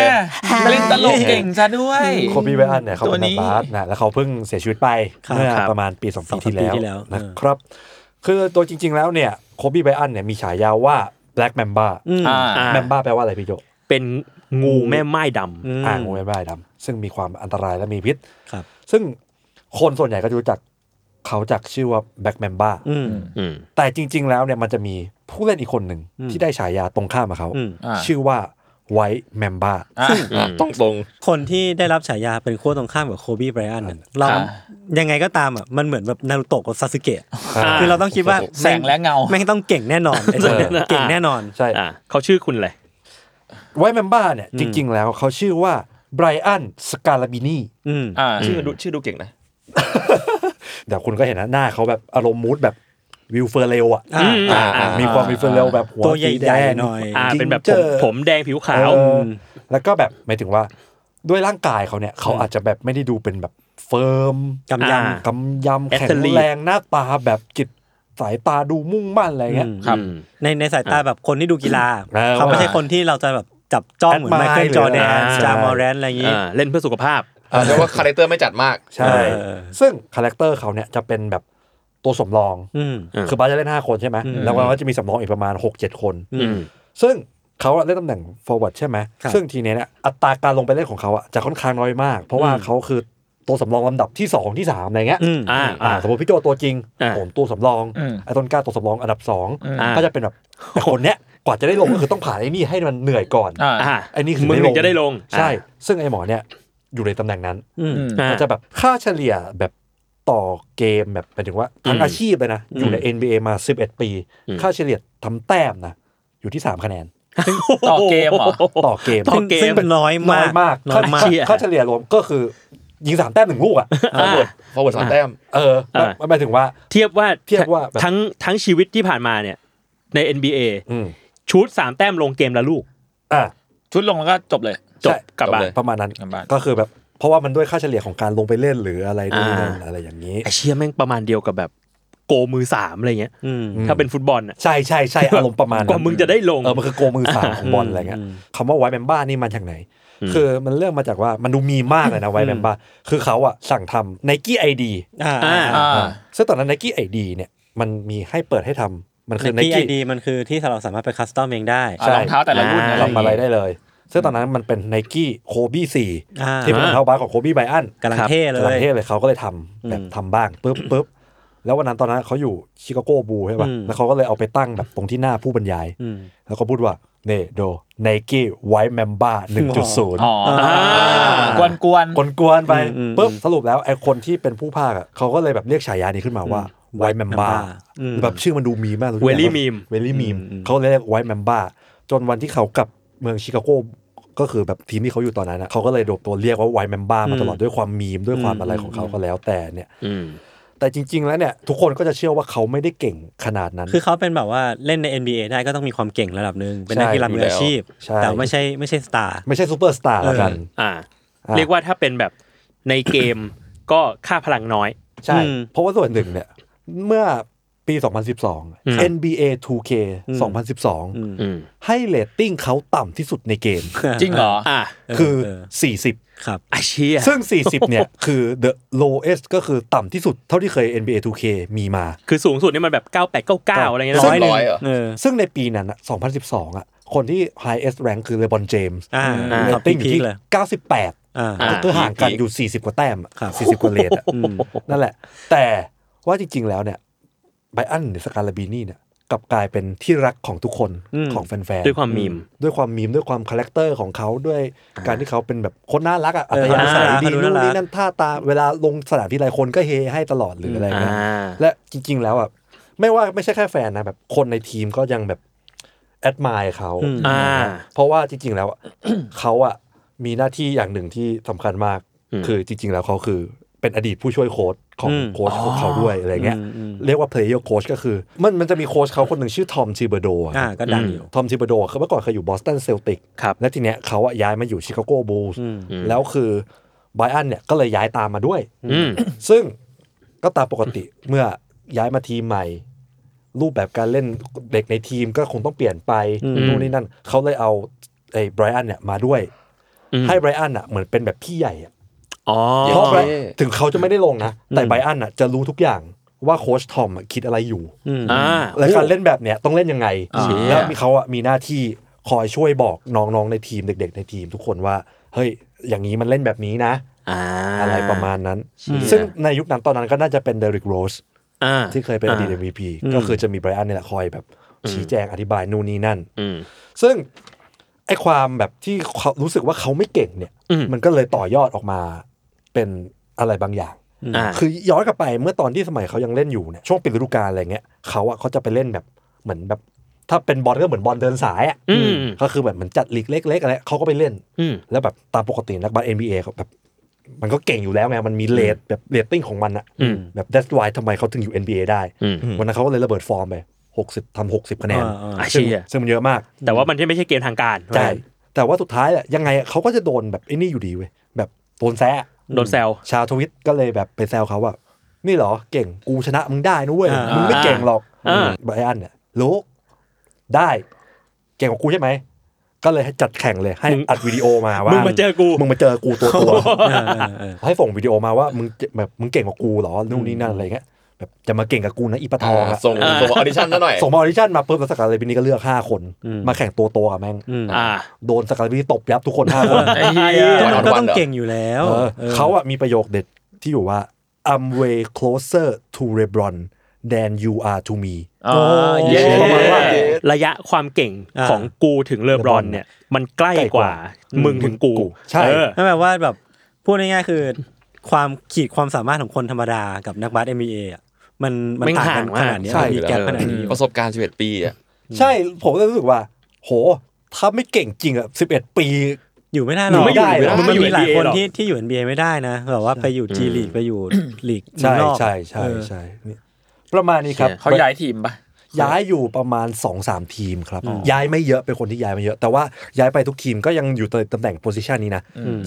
Speaker 6: โอ
Speaker 5: เก่งแน่
Speaker 6: เค
Speaker 5: เล่นตลกเก่งซะด้วย
Speaker 3: โคบี้ไบรอันเนี่ยเขาเป็นนักบาสนะแล้วเขาเพิ่งเสียชีวิตไป
Speaker 2: ครับ
Speaker 3: เมื่อ
Speaker 4: ครับ
Speaker 3: ประมาณปีสอง
Speaker 2: ส
Speaker 3: ปี
Speaker 2: องสาม
Speaker 3: ที่
Speaker 2: ปี
Speaker 3: แล้ว
Speaker 2: ที่แล้ว
Speaker 3: นะ
Speaker 2: เออ
Speaker 3: ครับคือตัวจริง ๆ แล้วเนี่ยโคบี้ไบรอันเนี่ยมีฉายาว่า Black Mamba
Speaker 2: อืม
Speaker 5: อ่า
Speaker 4: อ่า
Speaker 3: แมมบ้าแปลว่าอะไรพี่โย
Speaker 4: เป็นงูแม่ไม้ด
Speaker 2: อืม
Speaker 3: อ่างูแมมบ้าดำซึ่งมีความอันตรายและมีพิษ
Speaker 2: ครับ
Speaker 3: ซึ่งคนส่วนใหญ่ก็จะรู้จักเขาจากชื่อว่าแบ็กแมมบ้า
Speaker 2: อืม
Speaker 4: ำอืม
Speaker 3: แต่จริง ๆ แล้วเนี่ยมันจะมีผู้เล่นอีกคนหนึ่ง
Speaker 2: อืม
Speaker 3: ที่ได้ฉายาตรงข้ามกับเขา
Speaker 2: อืม
Speaker 5: อ่า
Speaker 3: ชื่อว่าไวท์แมมบ้า
Speaker 5: อ่า
Speaker 6: อ่ะต้องตรง
Speaker 2: คนที่ได้รับฉายาเป็นขั้วตรงข้ามกับโคบี้ไบรอันน่ะเรา
Speaker 5: อ่า
Speaker 2: ยังไงก็ตามอ่ะมันเหมือนแบบนารูโตะกับซาสึเกะ
Speaker 4: อ่า
Speaker 2: คือเราต้องคิดว่า
Speaker 5: แสงและเงา
Speaker 2: แม่งต้องเก่งแน่นอนไอ้ตัวเนี่ยเก่งแน่นอน
Speaker 3: ใช่
Speaker 4: อ่าเขาชื่อคุณเลย
Speaker 3: ไวท์แมมบ้าเนี่ยจริง ๆ แล้วเขาชื่อว่าไบรอันสกาลาบินี
Speaker 2: อืม
Speaker 5: อ่า
Speaker 6: ชื่อดูชื่อดูเก่งนะ
Speaker 3: เดี๋ยวคุณก็เห็นนะหน้าเขาแบบอารมณ์มูดแบบวิวเฟอร์เรลอะ
Speaker 2: อ่า
Speaker 6: อ่าอ่า
Speaker 3: มีความวิวเฟอร์เรลแบบหัว
Speaker 2: ตัวใหญ่
Speaker 3: สี
Speaker 2: ๆ
Speaker 3: แดง
Speaker 2: หน่อย
Speaker 4: อ่า
Speaker 3: จริง
Speaker 4: เป็นแบบ
Speaker 3: เจ
Speaker 4: ผม
Speaker 3: อ
Speaker 4: ผมแดงผิวขาว
Speaker 3: เออแล้วก็แบบหมายถึงว่าด้วยร่างกายเขาเนี่ยเขาอาจจะแบบไม่ได้ดูเป็นแบบเฟิร์ม
Speaker 2: กำย
Speaker 4: อ่า
Speaker 3: กำยำแข็ง
Speaker 4: Athlete
Speaker 3: แรงหน้าตาแบบจิตสายตาดูมุ่งมั่นอะไรเงี้ย
Speaker 2: อืม
Speaker 5: ครับ
Speaker 4: อืม
Speaker 2: ในในสายตาแบบคนที่ดูกีฬา
Speaker 3: เออ
Speaker 2: เขาไม่ใช่คนที่เราจะแบบจับจ้องเหมือนไม
Speaker 3: Admire
Speaker 2: เคิลจอร์แดน
Speaker 4: หรือ
Speaker 2: จามอร์แรนอะไรอย่างงี้
Speaker 4: อ่าเล่นเพื่อสุขภาพ
Speaker 6: อ่ะแปลว่าคาแรคเตอร์ไม่จัดมาก
Speaker 3: ใช่
Speaker 2: เออ
Speaker 3: ซึ่งคาแรคเตอร์เขาเนี่ยจะเป็นแบบตัวสำรอง
Speaker 2: อืม
Speaker 4: เออ
Speaker 3: คือบาสจะเล่น 5 คนใช่ไหม
Speaker 2: อืม
Speaker 3: แล้วก็จะมีสำรองอีกประมาณ 6-7 คน
Speaker 2: อื
Speaker 4: อื
Speaker 2: ม
Speaker 4: ม
Speaker 3: ซึ่งเขาอะเล่นตำแหน่ง forward ใช่ไหม
Speaker 2: ครับ
Speaker 3: ซึ่งทีเนี้ยเนี่ยอัตราการลงไปเล่นของเขาอะจะค่อนข้างน้อยมาก เพราะว่า
Speaker 2: อืม
Speaker 3: เขาคือตัวสำรองลำดับที่สองที่สามอะไรเงี้ย
Speaker 2: อืม
Speaker 4: อ่า
Speaker 3: อ่า
Speaker 4: อ่า
Speaker 3: สมมติพี่โจตัวจริง
Speaker 4: อ่า
Speaker 3: ผมตัวสำรอง
Speaker 5: อืม
Speaker 3: ไอ้ต้นกล้าตัวสำรองอันดับสอง
Speaker 5: อืม
Speaker 3: ก็จะเป็นแบบแต่คนเนี้ยกว่าจะได้ลงก็คือต้องผ่านไอ้นี่ให้มันเหนื่อยก่อน
Speaker 5: อ่า
Speaker 4: อ่า
Speaker 3: ไอ้นี่คือ
Speaker 4: มึงถึงจะได้ลง
Speaker 3: ใช่
Speaker 4: อ่า
Speaker 3: ซึ่งไอ้หมอเนี่ยอยู่ในตำแหน่งนั้น
Speaker 2: อืม
Speaker 5: อืม
Speaker 4: อ่า
Speaker 3: ก็จะแบบค่าเฉลี่ยแบบต่อเกมแบบหมายถึงว่าทั้ง
Speaker 4: อืม
Speaker 3: อาชีพเลยนะ อยู่ใน NBA มา 11 ปี
Speaker 4: อืม
Speaker 3: ค่าเฉลี่ยทำแต้มนะ อยู่ที่ 3 คะแนน
Speaker 5: ต่อเกมเหรอ
Speaker 3: ต่อเกม
Speaker 4: ต่อ
Speaker 2: ซึ่ง
Speaker 4: เกม
Speaker 2: ซึ่งเป็นน้อย
Speaker 3: น้
Speaker 2: มา
Speaker 3: อย
Speaker 2: ก
Speaker 3: มาก
Speaker 2: น้อยมาก
Speaker 4: เชี่
Speaker 3: ค่าย ค่าเฉลี่ยรวมก็คือยิงสามแต้มหนึ่งลูกอ่ะ
Speaker 6: ฟอร์เวิร์ดฟอร์เวิร์ดสามแต้ม
Speaker 3: เออ
Speaker 4: อ่า
Speaker 3: หมายถึงว่า
Speaker 4: เทียบว่า
Speaker 3: เทียบว่าแบบ
Speaker 4: ทั้งทั้งชีวิตที่ผ่านมาเนี่ยใน NBA
Speaker 3: อืม
Speaker 4: ชุดสามแต้มลงเกมละลูก
Speaker 3: อ่า
Speaker 5: ชุดลงแล้วก็จบเลย
Speaker 4: จ
Speaker 3: ใช่
Speaker 4: บกลับบ้าน
Speaker 6: จบเลย
Speaker 3: ประมาณนั้น
Speaker 5: ประมาณ
Speaker 3: ก็คือแบบเพราะว่ามันด้วยค่าเฉลี่ยของการลงไปเล่นหรืออะไรนู่นนี่นั่น
Speaker 4: อ่า
Speaker 3: อะไรอย่างนี้
Speaker 4: ไอเชียแม่งประมาณเดียวกับแบบโกมือสามอะไรเงี้ย
Speaker 2: อืม
Speaker 3: อืม
Speaker 4: ถ้าเป็นฟุตบอลอ่ะ
Speaker 3: ใช่ใช่ใช่อารมณ์ประมาณ
Speaker 4: กว่ามึงจะได้ลง
Speaker 3: เออมันคือโกมือสามของบอลอะไรเงี้ยคำว่าไวท์แมนบ้านี่มาจากไหน คือมันเรื่องมาจากว่ามันดูมีมากเลยนะไวแบมบ้าคือเขาอะสั่งทำไนกี้ไอดี
Speaker 2: อ่า
Speaker 4: อ่า
Speaker 5: อ่า
Speaker 3: ซึ่งตอนนั้นไนกี้ไอดีเนี่ยมันมีให้เปิดให้ทำมันคือไน
Speaker 2: ในที่ไอ
Speaker 3: กี้
Speaker 2: ดีมันคือที่เราสามารถไปคัสตอมเองได้
Speaker 5: อ่ารองเท้าแต่ละรุ่น
Speaker 3: ทำอะไรได้เลย ซึ่งตอนนั้นมันเป็นไนกี้โคบี้สี่
Speaker 2: อ่า
Speaker 3: ที่เป็นรองเท้าบาสของโคบี้ไบอัน
Speaker 2: กำลังเท่เล
Speaker 3: กำลัง
Speaker 2: ย
Speaker 3: เท่เลยเขาก็เลยทำแบบ
Speaker 2: อืม
Speaker 3: ทำบ้างปุ๊บปุ๊บแล้ววันนั้นตอนนั้นเขาอยู่ชิคาโกบูใช่ป่ะ
Speaker 2: อืม
Speaker 3: แล้วเขาก็เลยเอาไปตั้งแบบตรงที่หน้าผู้บรรยาย
Speaker 2: อืม
Speaker 3: แล้วก็พูดว่าเนโดไนกี้ไวท์แมมบ้าหนึ่งจุดศูนย์
Speaker 5: อ๋ออ่ากวนกวนๆ
Speaker 3: กวนๆไป
Speaker 2: อืม
Speaker 3: ปุ๊บสรุปแล้วไอ้คนที่เป็นผู้ภาคอะเขาก็เลยแบบเรียกฉายานี้ขึ้นมาว่าไวท์แมมบ้า
Speaker 2: Mamba อืม
Speaker 3: แบบชื่อมันดูมีมาก
Speaker 4: Very meme
Speaker 3: เวลี่มีมเขาเลยเรียกไวท์แมมบ้าจนวันที่เขากลับเมืองชิคาโกก็คือแบบทีมที่เขาอยู่ตอนนั้นอะเขาก็เลยโดบตัวเรียกว่าไวท์แมมบ้ามาตลอดด้วยความมีมด้วยความอะไรของเขาก็แล้วแต่เนี่ย
Speaker 4: อืม
Speaker 3: แต่จริง ๆ แล้วเนี่ย ทุกคนก็จะเชื่อว่าเขาไม่ได้เก่งขนาดนั้น
Speaker 2: คือเขาเป็นแบบว่าเล่นใน NBA ได้ก็ต้องมีความเก่งระดับหนึ่งเป็นนักกีฬามืออาชีพ
Speaker 3: ใช่
Speaker 2: แต่ไม่ใช่ไม่ใช่สตาร์
Speaker 3: ไม่ใช่ซูเปอร์สตาร์ละกัน
Speaker 4: อ่า
Speaker 3: อ่า
Speaker 4: เรียกว่าถ้าเป็นแบบในเกม ก็ค่าพลังน้อย
Speaker 3: ใช่
Speaker 2: อืม
Speaker 3: เพราะว่าส่วนหนึ่งเนี่ย เมื่อปี
Speaker 4: อืม
Speaker 3: 2012 NBA 2K
Speaker 2: อืม อื
Speaker 3: 2012
Speaker 2: ม
Speaker 4: อืม
Speaker 3: ให้เรตติ้งเขาต่ำที่สุดในเกม
Speaker 5: จริงเหรอ
Speaker 4: อ่า
Speaker 3: คือ
Speaker 2: เออ
Speaker 3: 40
Speaker 2: ครับ
Speaker 4: อาเชีย
Speaker 3: ซึ่ง 40 เนี่ย คือ the lowest ก็คือต่ำที่สุดเท่าที่เคย NBA 2K มีมา
Speaker 4: คือสูงสุดนี่มันแบบ 9899 อะไรเงี้ย
Speaker 6: ซึ่ง
Speaker 4: ร้อยหนึ่ง
Speaker 6: เหรอ
Speaker 2: เออ
Speaker 3: ซึ่งในปีนั้นอะ2012 อ่ะ คนที่ highest rank คือเลบอนเจมส์
Speaker 2: อ่า
Speaker 3: เรตติ้งอยู่ที่
Speaker 2: ท็อปพีคเลย
Speaker 3: 98
Speaker 2: อ่า
Speaker 4: อ่า
Speaker 3: คือห่างกันอยู่ 40 กว่าแต้ม
Speaker 2: ครับ
Speaker 3: สี่สิบกว่าเลทอะนั่นแหละ แต่ว่าจริง ๆ แล้วเนี่ยไบอันหรือสการลาบีนี่เนี่ยกลับกลายเป็นที่รักของทุกคน
Speaker 2: อืม
Speaker 3: ของแฟน
Speaker 4: ด้วยความมีม
Speaker 3: ๆด้วยความมีมด้วยความคาแรคเตอร์ของเขาด้วยการที่เขาเป็นแบบคนน่ารักอะอัธยาศัย
Speaker 2: เออ
Speaker 3: ดี
Speaker 2: น่ารัก
Speaker 3: นู่น
Speaker 2: น่ารัก
Speaker 3: นี่นั่นท่าตาเวลาลงสนามที่ไรคนก็เฮให้ตลอดหรืออะไร
Speaker 4: อ่า
Speaker 3: เงี้ยและจริง ๆ แล้วอะไม่ว่าไม่ใช่แค่แฟนนะแบบคนในทีมก็ยังแบบแอดมายเขา
Speaker 2: อืม
Speaker 4: อ่า
Speaker 3: เพราะว่าจริง ๆ แล้วอะ เขาอะมีหน้าที่อย่างหนึ่งที่สำคัญมาก
Speaker 4: อืม
Speaker 3: คือจริง ๆ แล้วเขาคือเป็นอดีตผู้ช่วยโค้ชของ
Speaker 2: อืม
Speaker 3: โค้ชของเขาด้วยอะไรเงี้ย
Speaker 2: อืมอืม
Speaker 3: เรียกว่า player coach ก็คือ มันมันจะมีโค้ชเขาคนหนึ่งชื่อทอมชิเบโดอะ
Speaker 2: อ่าก็ดังอยู่
Speaker 3: ทอมชิเบโดเขาเมื่อก่อนเคยอยู่บอสตันเซลติก
Speaker 4: ครับ
Speaker 3: และทีเนี้ยเขาอะย้ายมาอยู่ชิคาโกบูลส์
Speaker 2: อืม
Speaker 3: แล้วคือไบอันเนี่ยก็เลยย้ายตามมาด้วย
Speaker 4: อืม
Speaker 3: ซึ่งก็ตามปกติเมื่อย้ายมาทีมใหม่ รูปแบบการเล่นเด็กในทีมก็คงต้องเปลี่ยนไป
Speaker 2: อืม
Speaker 3: นู่นนี่นั่นเขาเลยเอาไอ้ไบรอันเนี่ยมาด้วย
Speaker 4: อืม
Speaker 3: ให้ไบรอันอ่ะเหมือนเป็นแบบพี่ใหญ่อะ
Speaker 4: อ๋อ
Speaker 3: เพราะ Brian
Speaker 6: เท่
Speaker 3: ถึงเขาจะไม่ได้ลงนะ แต่ไบรอันอ่ะจะรู้ทุกอย่างว่าโค้ชทอมอะคิดอะไรอยู่
Speaker 2: อืม
Speaker 4: อ่า
Speaker 3: และการเล่นแบบเนี้ยต้องเล่นยังไง
Speaker 5: อ่า
Speaker 3: แล้วมีเขาอ่ะมีหน้าที่คอยช่วยบอกน้องๆในทีมเด็ก ๆ ในทีมทุกคนว่าเฮ้ยอย่างนี้มันเล่นแบบนี้นะ
Speaker 4: อ่า
Speaker 3: อะไรประมาณนั้น ซึ่งในยุคนั้นตอนนั้นก็น่าจะเป็นเดริกโรส
Speaker 4: อ่า
Speaker 3: ที่เคยเป็นอดีต MVP ก็คือจะมีไบรอันเนี่ยแหละคอยแบบ ชี้แจงอธิบายนู่นนี่นั่น
Speaker 4: อืม
Speaker 3: ซึ่งไอความแบบที่เขารู้สึกว่าเขาไม่เก่งเนี่ย
Speaker 4: อืม
Speaker 3: มันก็เลยต่อยอดออกมาเป็นอะไรบางอย่าง
Speaker 4: อ่า
Speaker 3: คือย้อนกลับไปเมื่อตอนที่สมัยเขายังเล่นอยู่เนี่ยช่วงปิดฤดูกาลอะไรเงี้ยเขาอะเขาจะไปเล่นแบบเหมือนแบบ ถ้าเป็นบอลก็เหมือนบอลเดินสายอะ
Speaker 4: อืม
Speaker 3: ก็คือแบบเหมือนจัดลีกเล็กๆอะไรเขาก็ไปเล่น
Speaker 4: อืม
Speaker 3: แล้วแบบตามปกตินักบาส NBA เขาแบบ มันก็เก่งอยู่แล้วไง มันมีเลทแบบเรตติ้งของมันอะ
Speaker 4: อืม
Speaker 3: แบบ that's why ทำไมเขาถึงอยู่ NBA ได้
Speaker 4: อืม
Speaker 3: วันนั้นเขาก็เลยระเบิดฟอร์มไปหกสิบทำหกสิบคะแนน
Speaker 2: อ่าอ่า
Speaker 3: ซึ่ง
Speaker 4: เชี่ย
Speaker 3: ซึ่งมันเยอะมาก
Speaker 4: แต่ว่ามันไม่ใช่เกมทางการ
Speaker 3: ใช่แต่ว่าสุดท้ายอะยังไงอะเขาก็จะโดนแบบไอ้นี่อยู่ดีเว้ยแบบโดนแซะ
Speaker 4: โดนแซว
Speaker 3: ชาวทวิตก็เลยแบบไปแซวเขาว่า นี่เหรอเก่งกูชนะมึงได้นะเว้ย
Speaker 2: อ่ามึ
Speaker 3: มึงไม่เก่งหรอก
Speaker 4: อ่า
Speaker 3: ไบรอันเนี่ยรู้ได้เก่งกว่ากูใช่ไหมก็เลยให้จัดแข่งเลยให้อัดวิดีโอมาว่า
Speaker 4: มึงมาเจอกู
Speaker 3: มึงมาเจอกูตัวตัว
Speaker 2: เออเออเออ
Speaker 3: ให้ส่งวิดีโอมาว่ามึงเจแบบมึงเก่งกว่ากูเหรอนู่นนี่นั่นอะไรเงี้ยแบบจะมาเก่งกับกูนะอีปะทองอะ
Speaker 6: ส่ง
Speaker 4: อ่า
Speaker 6: ส่งออดิชั่นซะหน่อย
Speaker 3: ส่งมาออดิชั่นมาปุ๊บแล้วสกัดเลยปีนี้ก็เลือกห้าคน
Speaker 2: อืม
Speaker 3: มาแข่งตัวโตกับแม่ง
Speaker 2: อืม
Speaker 4: อ่า
Speaker 3: โดนสกัดเลยปีตบยับทุกคนห้าคน
Speaker 5: ไอ้เหี้ย
Speaker 2: ก็มันก็ต้องเก่งอยู่แล้ว
Speaker 3: เออเขาอะมีประโยคเด็ดที่อยู่ว่า I'm way closer to LeBron than you are to me
Speaker 5: อ๋อ
Speaker 6: เย้
Speaker 5: เย้
Speaker 3: ประมาณว่า
Speaker 4: ระยะความเก่งของกูถึงเลอบรอนเนี่ย มันใกล้กว่า มึงถึงกู
Speaker 3: ใช่
Speaker 4: เออ
Speaker 2: นั่นแปลว่าแบบพูดง่ายๆคือ ความขีดความสามารถของคนธรรมดากับนักบาส NBA อ่ะมันมัน
Speaker 4: แม่ง
Speaker 2: ต่างกันข
Speaker 4: ห่างมาก
Speaker 2: นาดเนี้ย
Speaker 3: ใช่
Speaker 2: มันมีแกลขนาดนี้
Speaker 6: ประสบการณ์11ปีอะ
Speaker 3: ใช่ผมก็รู้สึกว่า โห ถ้าไม่เก่งจริงอะ11 ปี
Speaker 2: อยู่ไม่ได้หรอก
Speaker 3: อยู่ไม่ได้หรอก
Speaker 2: มันมีหลายคน
Speaker 4: ไม่อยู่ NBA หรอก
Speaker 2: ที่ที่อยู่ NBA ไม่ได้นะแบบว่าไปอยู่จีลีกไปอยู่ ลีกเมือ
Speaker 3: ใช่
Speaker 2: งนอก
Speaker 3: ใช่ใช่
Speaker 2: เออ
Speaker 3: ใช่นี่ประมาณนี้ครับ
Speaker 5: เขาย้ายทีมปะ
Speaker 3: ย้ายอยู่ประมาณ2อสามทีมครับ ย้ายไม่เยอะเป็นคนที่ย้ายไม่เยอะ แต่ว่าย้ายไปทุกทีมก็ยังอยู่ในตำแหน่งโพ i ิชันนี้นะ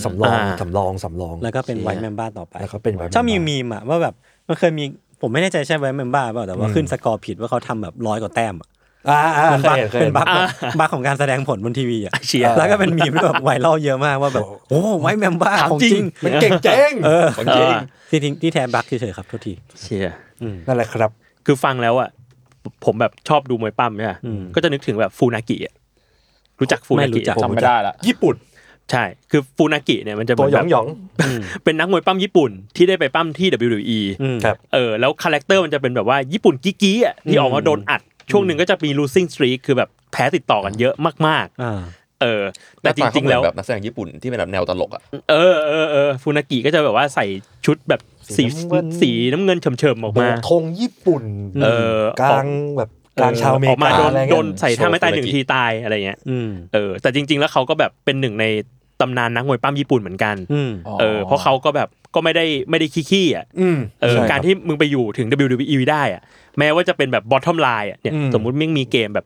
Speaker 3: สำรอง
Speaker 4: อ่า
Speaker 3: สำรองสำรอง
Speaker 2: แล้วก็เป็นไวท์แมมบ้าต่อไป
Speaker 3: แล้วก็เป็น White
Speaker 2: ชอบมี
Speaker 3: Mamba
Speaker 2: มีมอะว่าแบบมันเคยมีผมไม่แน่ใจใช่ไวท์แมมบ้าเปล่าแต่ว่าขึ้นสกอร์ผิดว่าเขาทำแบบร้อยกว่าแต้มอะ
Speaker 3: อ่าอ่า
Speaker 2: มัน
Speaker 3: เค
Speaker 2: บั๊
Speaker 3: ย
Speaker 2: ก
Speaker 3: เห็นเคย
Speaker 2: เป็
Speaker 3: เห็
Speaker 2: น
Speaker 3: น
Speaker 2: บั๊กแบบบั๊กของการแสดงผลบนทีวีอ่ะ
Speaker 4: เชียร์
Speaker 2: แล้วก็เป็นมีมที่แบบไวรัลเยอะมากว่าแบบโอ้ไว้แมมบ้า
Speaker 4: ถาม
Speaker 2: ของจ
Speaker 4: จริง
Speaker 2: ริง
Speaker 3: มันเก่งเจ๋ง
Speaker 2: เออ
Speaker 6: ของจริง
Speaker 2: ที่ทิ้งที่แท้บั๊กเฉยๆครับโทษที
Speaker 4: เชียร์
Speaker 3: นั่นแหละครับ
Speaker 4: คือฟังแล้วอ่ะผมแบบชอบดูมวยปั้มใช่ปะ
Speaker 2: อืม
Speaker 4: ก็จะนึกถึงแบบฟูนากิอะรู้จักฟูนา
Speaker 2: ไม่รู้
Speaker 4: กิ
Speaker 2: จัก
Speaker 5: จำไม่ได้ละ
Speaker 3: ญี่ปุ่น
Speaker 4: ใช่คือฟูนากิเนี่ยมันจะเห
Speaker 3: ตั
Speaker 4: มื
Speaker 3: ว
Speaker 4: อนแบ
Speaker 3: หยอบ งหยอง
Speaker 4: เป็นนักมวยปั้มญี่ปุ่นที่ได้ไปปั้มที่ WWE
Speaker 2: อืม
Speaker 3: ครับ
Speaker 4: เออแล้วคาแรคเตอร์มันจะเป็นแบบว่าญี่ปุ่นกิ๊กๆอ่ะที่ออกมาโดนอัด ช่วงหนึ่งก็จะมี losing streak คือแบบแพ้ติดต่อกันเยอะมาก
Speaker 2: อ่า
Speaker 4: ๆ เออ แต่จริงๆแล้ว
Speaker 6: หน้าตาเขาเหมือนแบบนักแสดงญี่ปุ่นที่เป็นแบบแนวตลกอ่ะ
Speaker 4: เออเออเออฟูนากิก็จะแบบว่าใส่ชุดแบบสี
Speaker 3: สีน้ำ
Speaker 4: สีน้ำ
Speaker 3: เงิน
Speaker 4: เงินเฉมๆออก
Speaker 3: โบ
Speaker 4: มา
Speaker 3: กธงญี่ปุ่น
Speaker 4: เออก
Speaker 3: ลางแบบกลางชาวอเม
Speaker 4: อ
Speaker 3: ริ
Speaker 4: อกมากโด
Speaker 3: า
Speaker 4: น
Speaker 3: อะไร
Speaker 4: โด
Speaker 3: เงี้
Speaker 4: น
Speaker 3: ย
Speaker 4: ใส่ท่าไม้ตายหนึ่งทีตายอะไรเงี้ย
Speaker 2: อืม
Speaker 4: เออแต่จริง ๆ แล้วเขาก็แบบเป็นหนึ่งในตำนานนักมวยปั้มญี่ปุ่นเหมือนกัน
Speaker 2: อืม
Speaker 4: เออเพราะเขาก็แบบก็ไม่ได้ไม่ได้ขี้ๆอ่ะ
Speaker 3: อืม
Speaker 4: เออ
Speaker 3: ใช่คบ
Speaker 4: การที่มึงไปอยู่ถึง WWE ได้อะแม้ว่าจะเป็นแบบ bottom line อะเนี่ย
Speaker 3: อืม
Speaker 4: สมมุติมึงมีเกมแบบ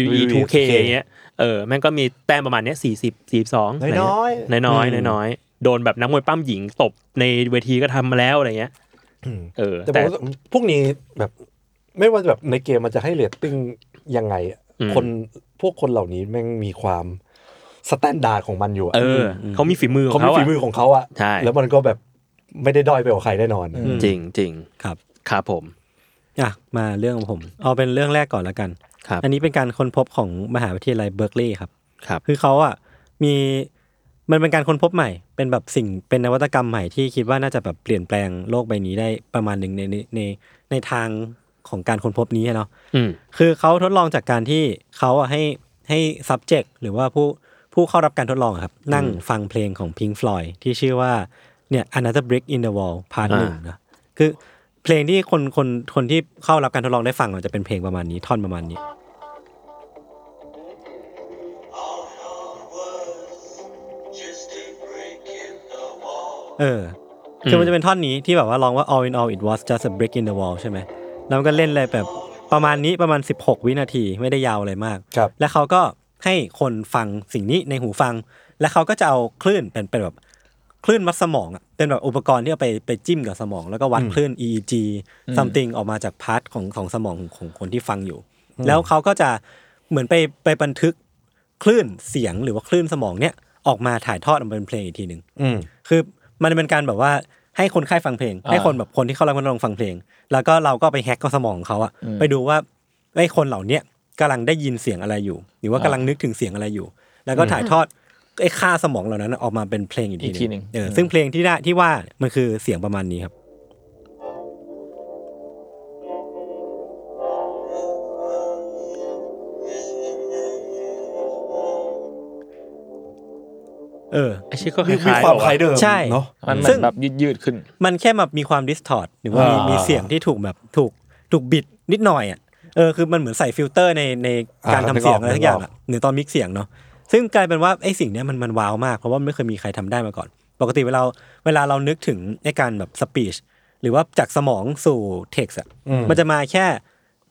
Speaker 4: WWE 2K เงี้ยเออแม่งก็มีแต้มประมาณเนี้ย40 42
Speaker 3: น้อยๆ
Speaker 4: น้อยๆน้อย
Speaker 2: อืม
Speaker 4: ๆน้อยๆโดนแบบนักมวยปั้มหญิงตบในเวทีก็ทำมาแล้วอะไรเงี้ย
Speaker 3: อืม
Speaker 4: เออ
Speaker 3: แต่ผ
Speaker 4: แต่
Speaker 3: มรู้สึกพวกนี้แบบไม่ว่าแบบในเกมมันจะให้เรตติ้งยังไงอะ
Speaker 4: อืม
Speaker 3: คนพวกคนเหล่านี้แม่งมีความสแตนดาร์ดของมันอยู่ะ
Speaker 4: เอออเขามีฝีมือข
Speaker 3: เขา
Speaker 4: อง
Speaker 3: มี
Speaker 4: เขา
Speaker 3: ฝี
Speaker 4: อะ
Speaker 3: มือของเขาอะ
Speaker 4: ใช่
Speaker 3: แล้วมันก็แบบไม่ได้ด้อยไปกว่าใครแน่นอน
Speaker 5: อืม
Speaker 4: จริงจริง
Speaker 2: ครับ
Speaker 4: ครับผม
Speaker 2: อ่ะ มาเรื่องของผม เอาเป็นเรื่องแรกก่อนละกัน
Speaker 4: ครับ
Speaker 2: อันนี้เป็นการค้นพบของมหาวิทยาลัยเบิร์กลีย์ครับ
Speaker 4: ครับ
Speaker 2: คือเขาอ่ะมีมันเป็นการค้นพบใหม่ เป็นแบบสิ่งเป็นนวัตกรรมใหม่ที่คิดว่าน่าจะแบบเปลี่ยนแปลงโลกใบนี้ได้ประมาณหนึ่งในในในในทางของการค้นพบนี้อะเนาะ
Speaker 4: อืม
Speaker 2: คือเขาทดลองจากการที่เขาอะให้ให้ subject หรือว่าผู้ผู้เข้ารับการทดลองอะครับ นั่งฟังเพลงของ Pink Floyd ที่ชื่อว่าเนี่ย Another Brick in the Wall Part
Speaker 4: อ่า
Speaker 2: หนึ่งนะคือเพลงที่คนคนคนที่เข้ารับการทดลองได้ฟังอะจะเป็นเพลงประมาณนี้ท่อนประมาณนี้
Speaker 7: Just a break in the wall.
Speaker 2: เออคือมันจะเป็นท่อนนี้ที่แบบว่าร้องว่า all in all it was just a brick in the wall ใช่ไหมแล้วมันก็เล่นเลยแบบประมาณนี้ประมาณ 16 วินาทีไม่ได้ยาวอะไรมาก
Speaker 3: ครับ
Speaker 2: แล้วเขาก็ให้คนฟังสิ่งนี้ในหูฟัง แล้วเขาก็จะเอาคลื่นเป็นเป็นแบบคลื่นวัดสมองอะเป็นแบบอุปกรณ์ที่เอาไปไปจิ้มกับสมอง แล้วก็วัดคลื่น EEG something ออกมาจากพาร์ทของของสมองของคนที่ฟังอยู่ แล้วเขาก็จะเหมือนไปไปบันทึกคลื่นเสียงหรือว่าคลื่นสมองเนี่ยออกมาถ่ายทอดออกมาเป็นเพลงอีกทีหนึ่ง
Speaker 3: อืม
Speaker 2: คือมันเป็นการแบบว่าให้คนไข้ฟังเพลง ให้คนแบบคนที่เข้ารับการทดลองฟังเพลง แล้วก็เราก็ไปแฮกกับสมองเขาอะไปดูว่าไอ้คนเหล่าเนี้ยกำลังได้ยินเสียงอะไรอยู่ หรือว่ากำลังนึกถึงเสียงอะไรอยู่ แล้วก็ถ่ายทอดไอ้ค่าสมองเหล่านั้นออกมาเป็นเพลงอีก
Speaker 5: อีกที
Speaker 2: ที
Speaker 5: หนึ่ง
Speaker 2: เออซึ่งเพลงที่ได้ที่ว่ามันคือเสียงประมาณนี้ครับ เออ
Speaker 4: ไอชื่อก็ค
Speaker 3: มี
Speaker 4: ล้ายๆ
Speaker 3: มีความ
Speaker 4: แบบ
Speaker 3: คล้ายเดิม
Speaker 2: ใช่
Speaker 3: เนาะ
Speaker 5: มันเหมื
Speaker 2: ซึ่
Speaker 5: อง นแบบยืดยืดๆขึ้น
Speaker 2: มันแค่แบบมีความดิสทอร์หรือว่ามี
Speaker 3: อ่ามี
Speaker 2: มีเสียงที่ถูกแบบถูกถูกบิดนิดหน่อยอ่ะเออคือมันเหมือนใส่ฟิลเตอร์ในใน
Speaker 3: อ่า
Speaker 2: การทำเสียงอะไร
Speaker 3: นึ
Speaker 2: สั
Speaker 3: กออก
Speaker 2: กอย่างอ่ะหรือตอนมิกเสียงเนาะซึ่งกลายเป็นว่าไอ้สิ่งเนี้ยมันมันว้าวมาก เพราะว่าไม่เคยมีใครทำได้มาก่อน ปกติเวลาเวลาเรานึกถึงในการแบบสปีชหรือว่าจากสมองสู่เท็กซ์อ่ะมันจะมาแค่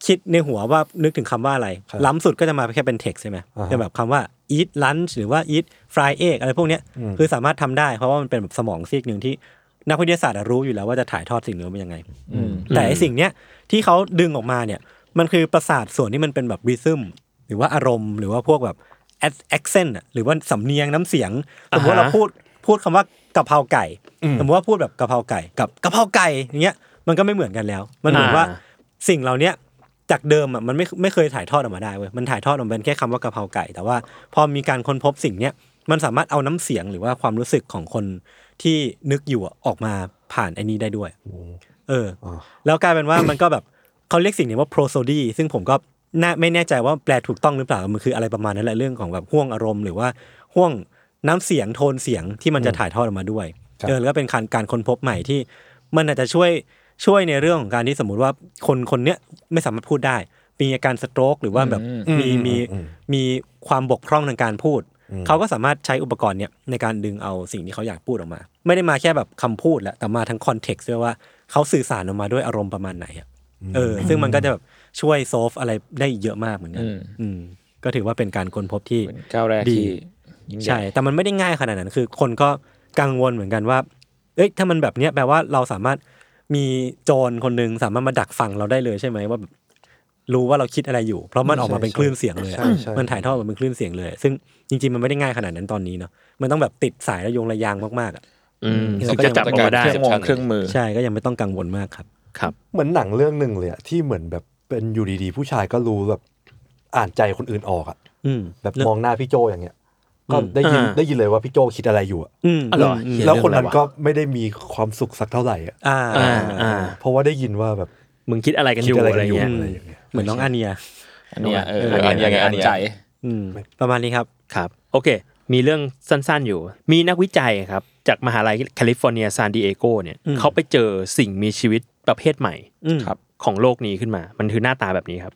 Speaker 2: คิดในหัวว่านึกถึงคำว่าอะไร ล้ำสุดก็จะมาแค่เป็นเท็กซ์ใช่ไหมเป็นแบบคำว่า eat lunch หรือว่า eat fry egg อะไรพวกเนี้ยคือสามารถทำได้เพราะว่ามันเป็นแบบสมองซีกหนึ่งที่ นักวิทยาศาสตร์อะรู้อยู่แล้วว่าจะถ่ายทอดสิ่งนี้เป็นยังไง แต่ไอสิ่งเนี้ยที่เขาดึงออกมาเนี่ย มันคือประสาทส่วนที่มันเป็นแบบริซึมหรือว่าอารมณ์ หรือว่าพวกแบบแอคเซนต์หรือว่าสำเนียงน้ำเสียง สมมติว่าเราพูดพูดคำว่ากะเพราไก่ สมมติว่าพูดแบบกะเพราไก่กับกะเพราไก่อย่างเงี้ยมันก็ไม่เหมือนกันแล้ว มันเหมือนว่าสิ่งเหล่าเนี้ยจากเดิมอ่ะมันไม่ไม่เคยถ่ายทอดออกมาได้เว้ยมันถ่ายทอดออกมาเป็นแค่คำว่ากะเพราไก่ แต่ว่าพอมีการค้นพบสิ่งเนี้ยมันสามารถเอาน้ำเสียงหรือว่าความรู้สึกของคนที่นึกอยู่อะออกมาผ่านไอ้นี้ได้ด้วย เอออ แล้วกลายเป็นว่า มันก็แบบเขาเรียกสิ่งนี้ว่า prosody ซึ่งผมก็น่าไม่แน่ใจว่าแปลถูกต้องหรือเปล่า มันคืออะไรประมาณนั้นแหละเรื่องของแบบห่วงอารมณ์ หรือว่าห่วงน้ำเสียงโทนเสียงที่มันจะถ่ายทอดออกมาด้วย
Speaker 3: ครับ
Speaker 2: เออแล้วก็เป็นการการค้นพบใหม่ที่ มันอาจจะช่วยช่วยในเรื่องของการที่สมมุติว่าคนคนเนี้ยไม่สามารถพูดได้ มีอาการสโตรกหรือว่าแบบมีมีมีความบกพร่องทางการพูด เขาก็สามารถใช้อุปกรณ์เนี้ยในการดึงเอาสิ่งที่เขาอยากพูดออกมา ไม่ได้มาแค่แบบคำพูดแหละแต่มาทั้งคอนเท็กซ์ด้วยว่าเขาสื่อสารออกมาด้วยอารมณ์ประมาณไหนอะเออ ซึ่งมันก็จะแบบช่วยโซฟอะไรได้เยอะมากเหมือนกัน
Speaker 5: อืม
Speaker 2: อืมก็ถือว่าเป็นการค้นพบที่
Speaker 5: เป็นก้าวแรกที่
Speaker 2: ดี
Speaker 5: ยิ่งใหญ่
Speaker 2: ใช่ แต่มันไม่ได้ง่ายขนาดนั้น คือคนก็กังวลเหมือนกันว่า เอ้ย ถ้ามันแบบเนี้ยแปลว่าเราสามารถมีโจรคนหนึ่งสามารถมาดักฟังเราได้เลยใช่ไหมว่าแบบ รู้ว่าเราคิดอะไรอยู่ เพราะมันออกมาเป็น
Speaker 3: ใช่
Speaker 2: คลื่นเสียงเลยอะ
Speaker 3: ใช่ใช่
Speaker 2: มันถ่ายทอดออกมาเป็นคลื่นเสียงเลย ซึ่งจริงๆมันไม่ได้ง่ายขนาดนั้นตอนนี้เนาะมันต้องแบบติดสายระยงระยางมากๆอะ
Speaker 4: อืม
Speaker 2: อืม
Speaker 4: ถึงจะจับออกมาได้
Speaker 5: เครื่องมองเครื่องมือ
Speaker 2: ใช่ก็ยังไม่ต้องกังวลมากครับ
Speaker 4: ครับ
Speaker 3: เหมือนหนังเรื่องหนึ่งเลยอะที่เหมือนแบบเป็นอยู่ดีๆ ผู้ชายก็รู้แบบอ่านใจคนอื่นออกอะ
Speaker 2: อืม
Speaker 3: แบบ
Speaker 2: เรื่
Speaker 3: มองหน้าพี่โจอย่างเงี้ย ก็
Speaker 2: อืม
Speaker 3: ได้ยินได้ยินเลยว่าพี่โจคิดอะไรอยู่อะ
Speaker 2: อืม
Speaker 4: อ๋อเหรอเหี้ย
Speaker 3: แล้วคนนั้น
Speaker 4: เรื่องอะไรวะ
Speaker 3: ก็ไม่ได้มีความสุขสักเท่าไหร่อะ
Speaker 2: อ่า
Speaker 4: อ่าอ่า
Speaker 3: เพราะว่าได้ยินว่าแบบ
Speaker 4: มึงคิดอะไรกัน
Speaker 3: คิ
Speaker 4: อ
Speaker 3: ด
Speaker 4: ยู่
Speaker 3: อะไร
Speaker 4: อะไร
Speaker 3: กันอยู่
Speaker 4: เงี้ย
Speaker 3: อะไรอย่างเงี้ย
Speaker 2: เหมือนน้องอาเนีย
Speaker 5: อันเนี้ยเออ
Speaker 2: เออ
Speaker 5: อั
Speaker 6: อันเนี้ยไงอันเนี้ย
Speaker 5: ใจ
Speaker 2: อืมประมาณนี้ครับ
Speaker 4: ครับ โอเค มีเรื่องสั้นๆอยู่ มีนักวิจัยครับ จากมหาลัยแคลิฟอร์เนียซานดิเอโกเนี่ย
Speaker 2: อืม
Speaker 4: เขาไปเจอสิ่งมีชีวิตประเภทใหม่
Speaker 2: อืม
Speaker 5: ครับ
Speaker 4: ของโลกนี้ขึ้นมา มันคือหน้าตาแบบนี้ครับ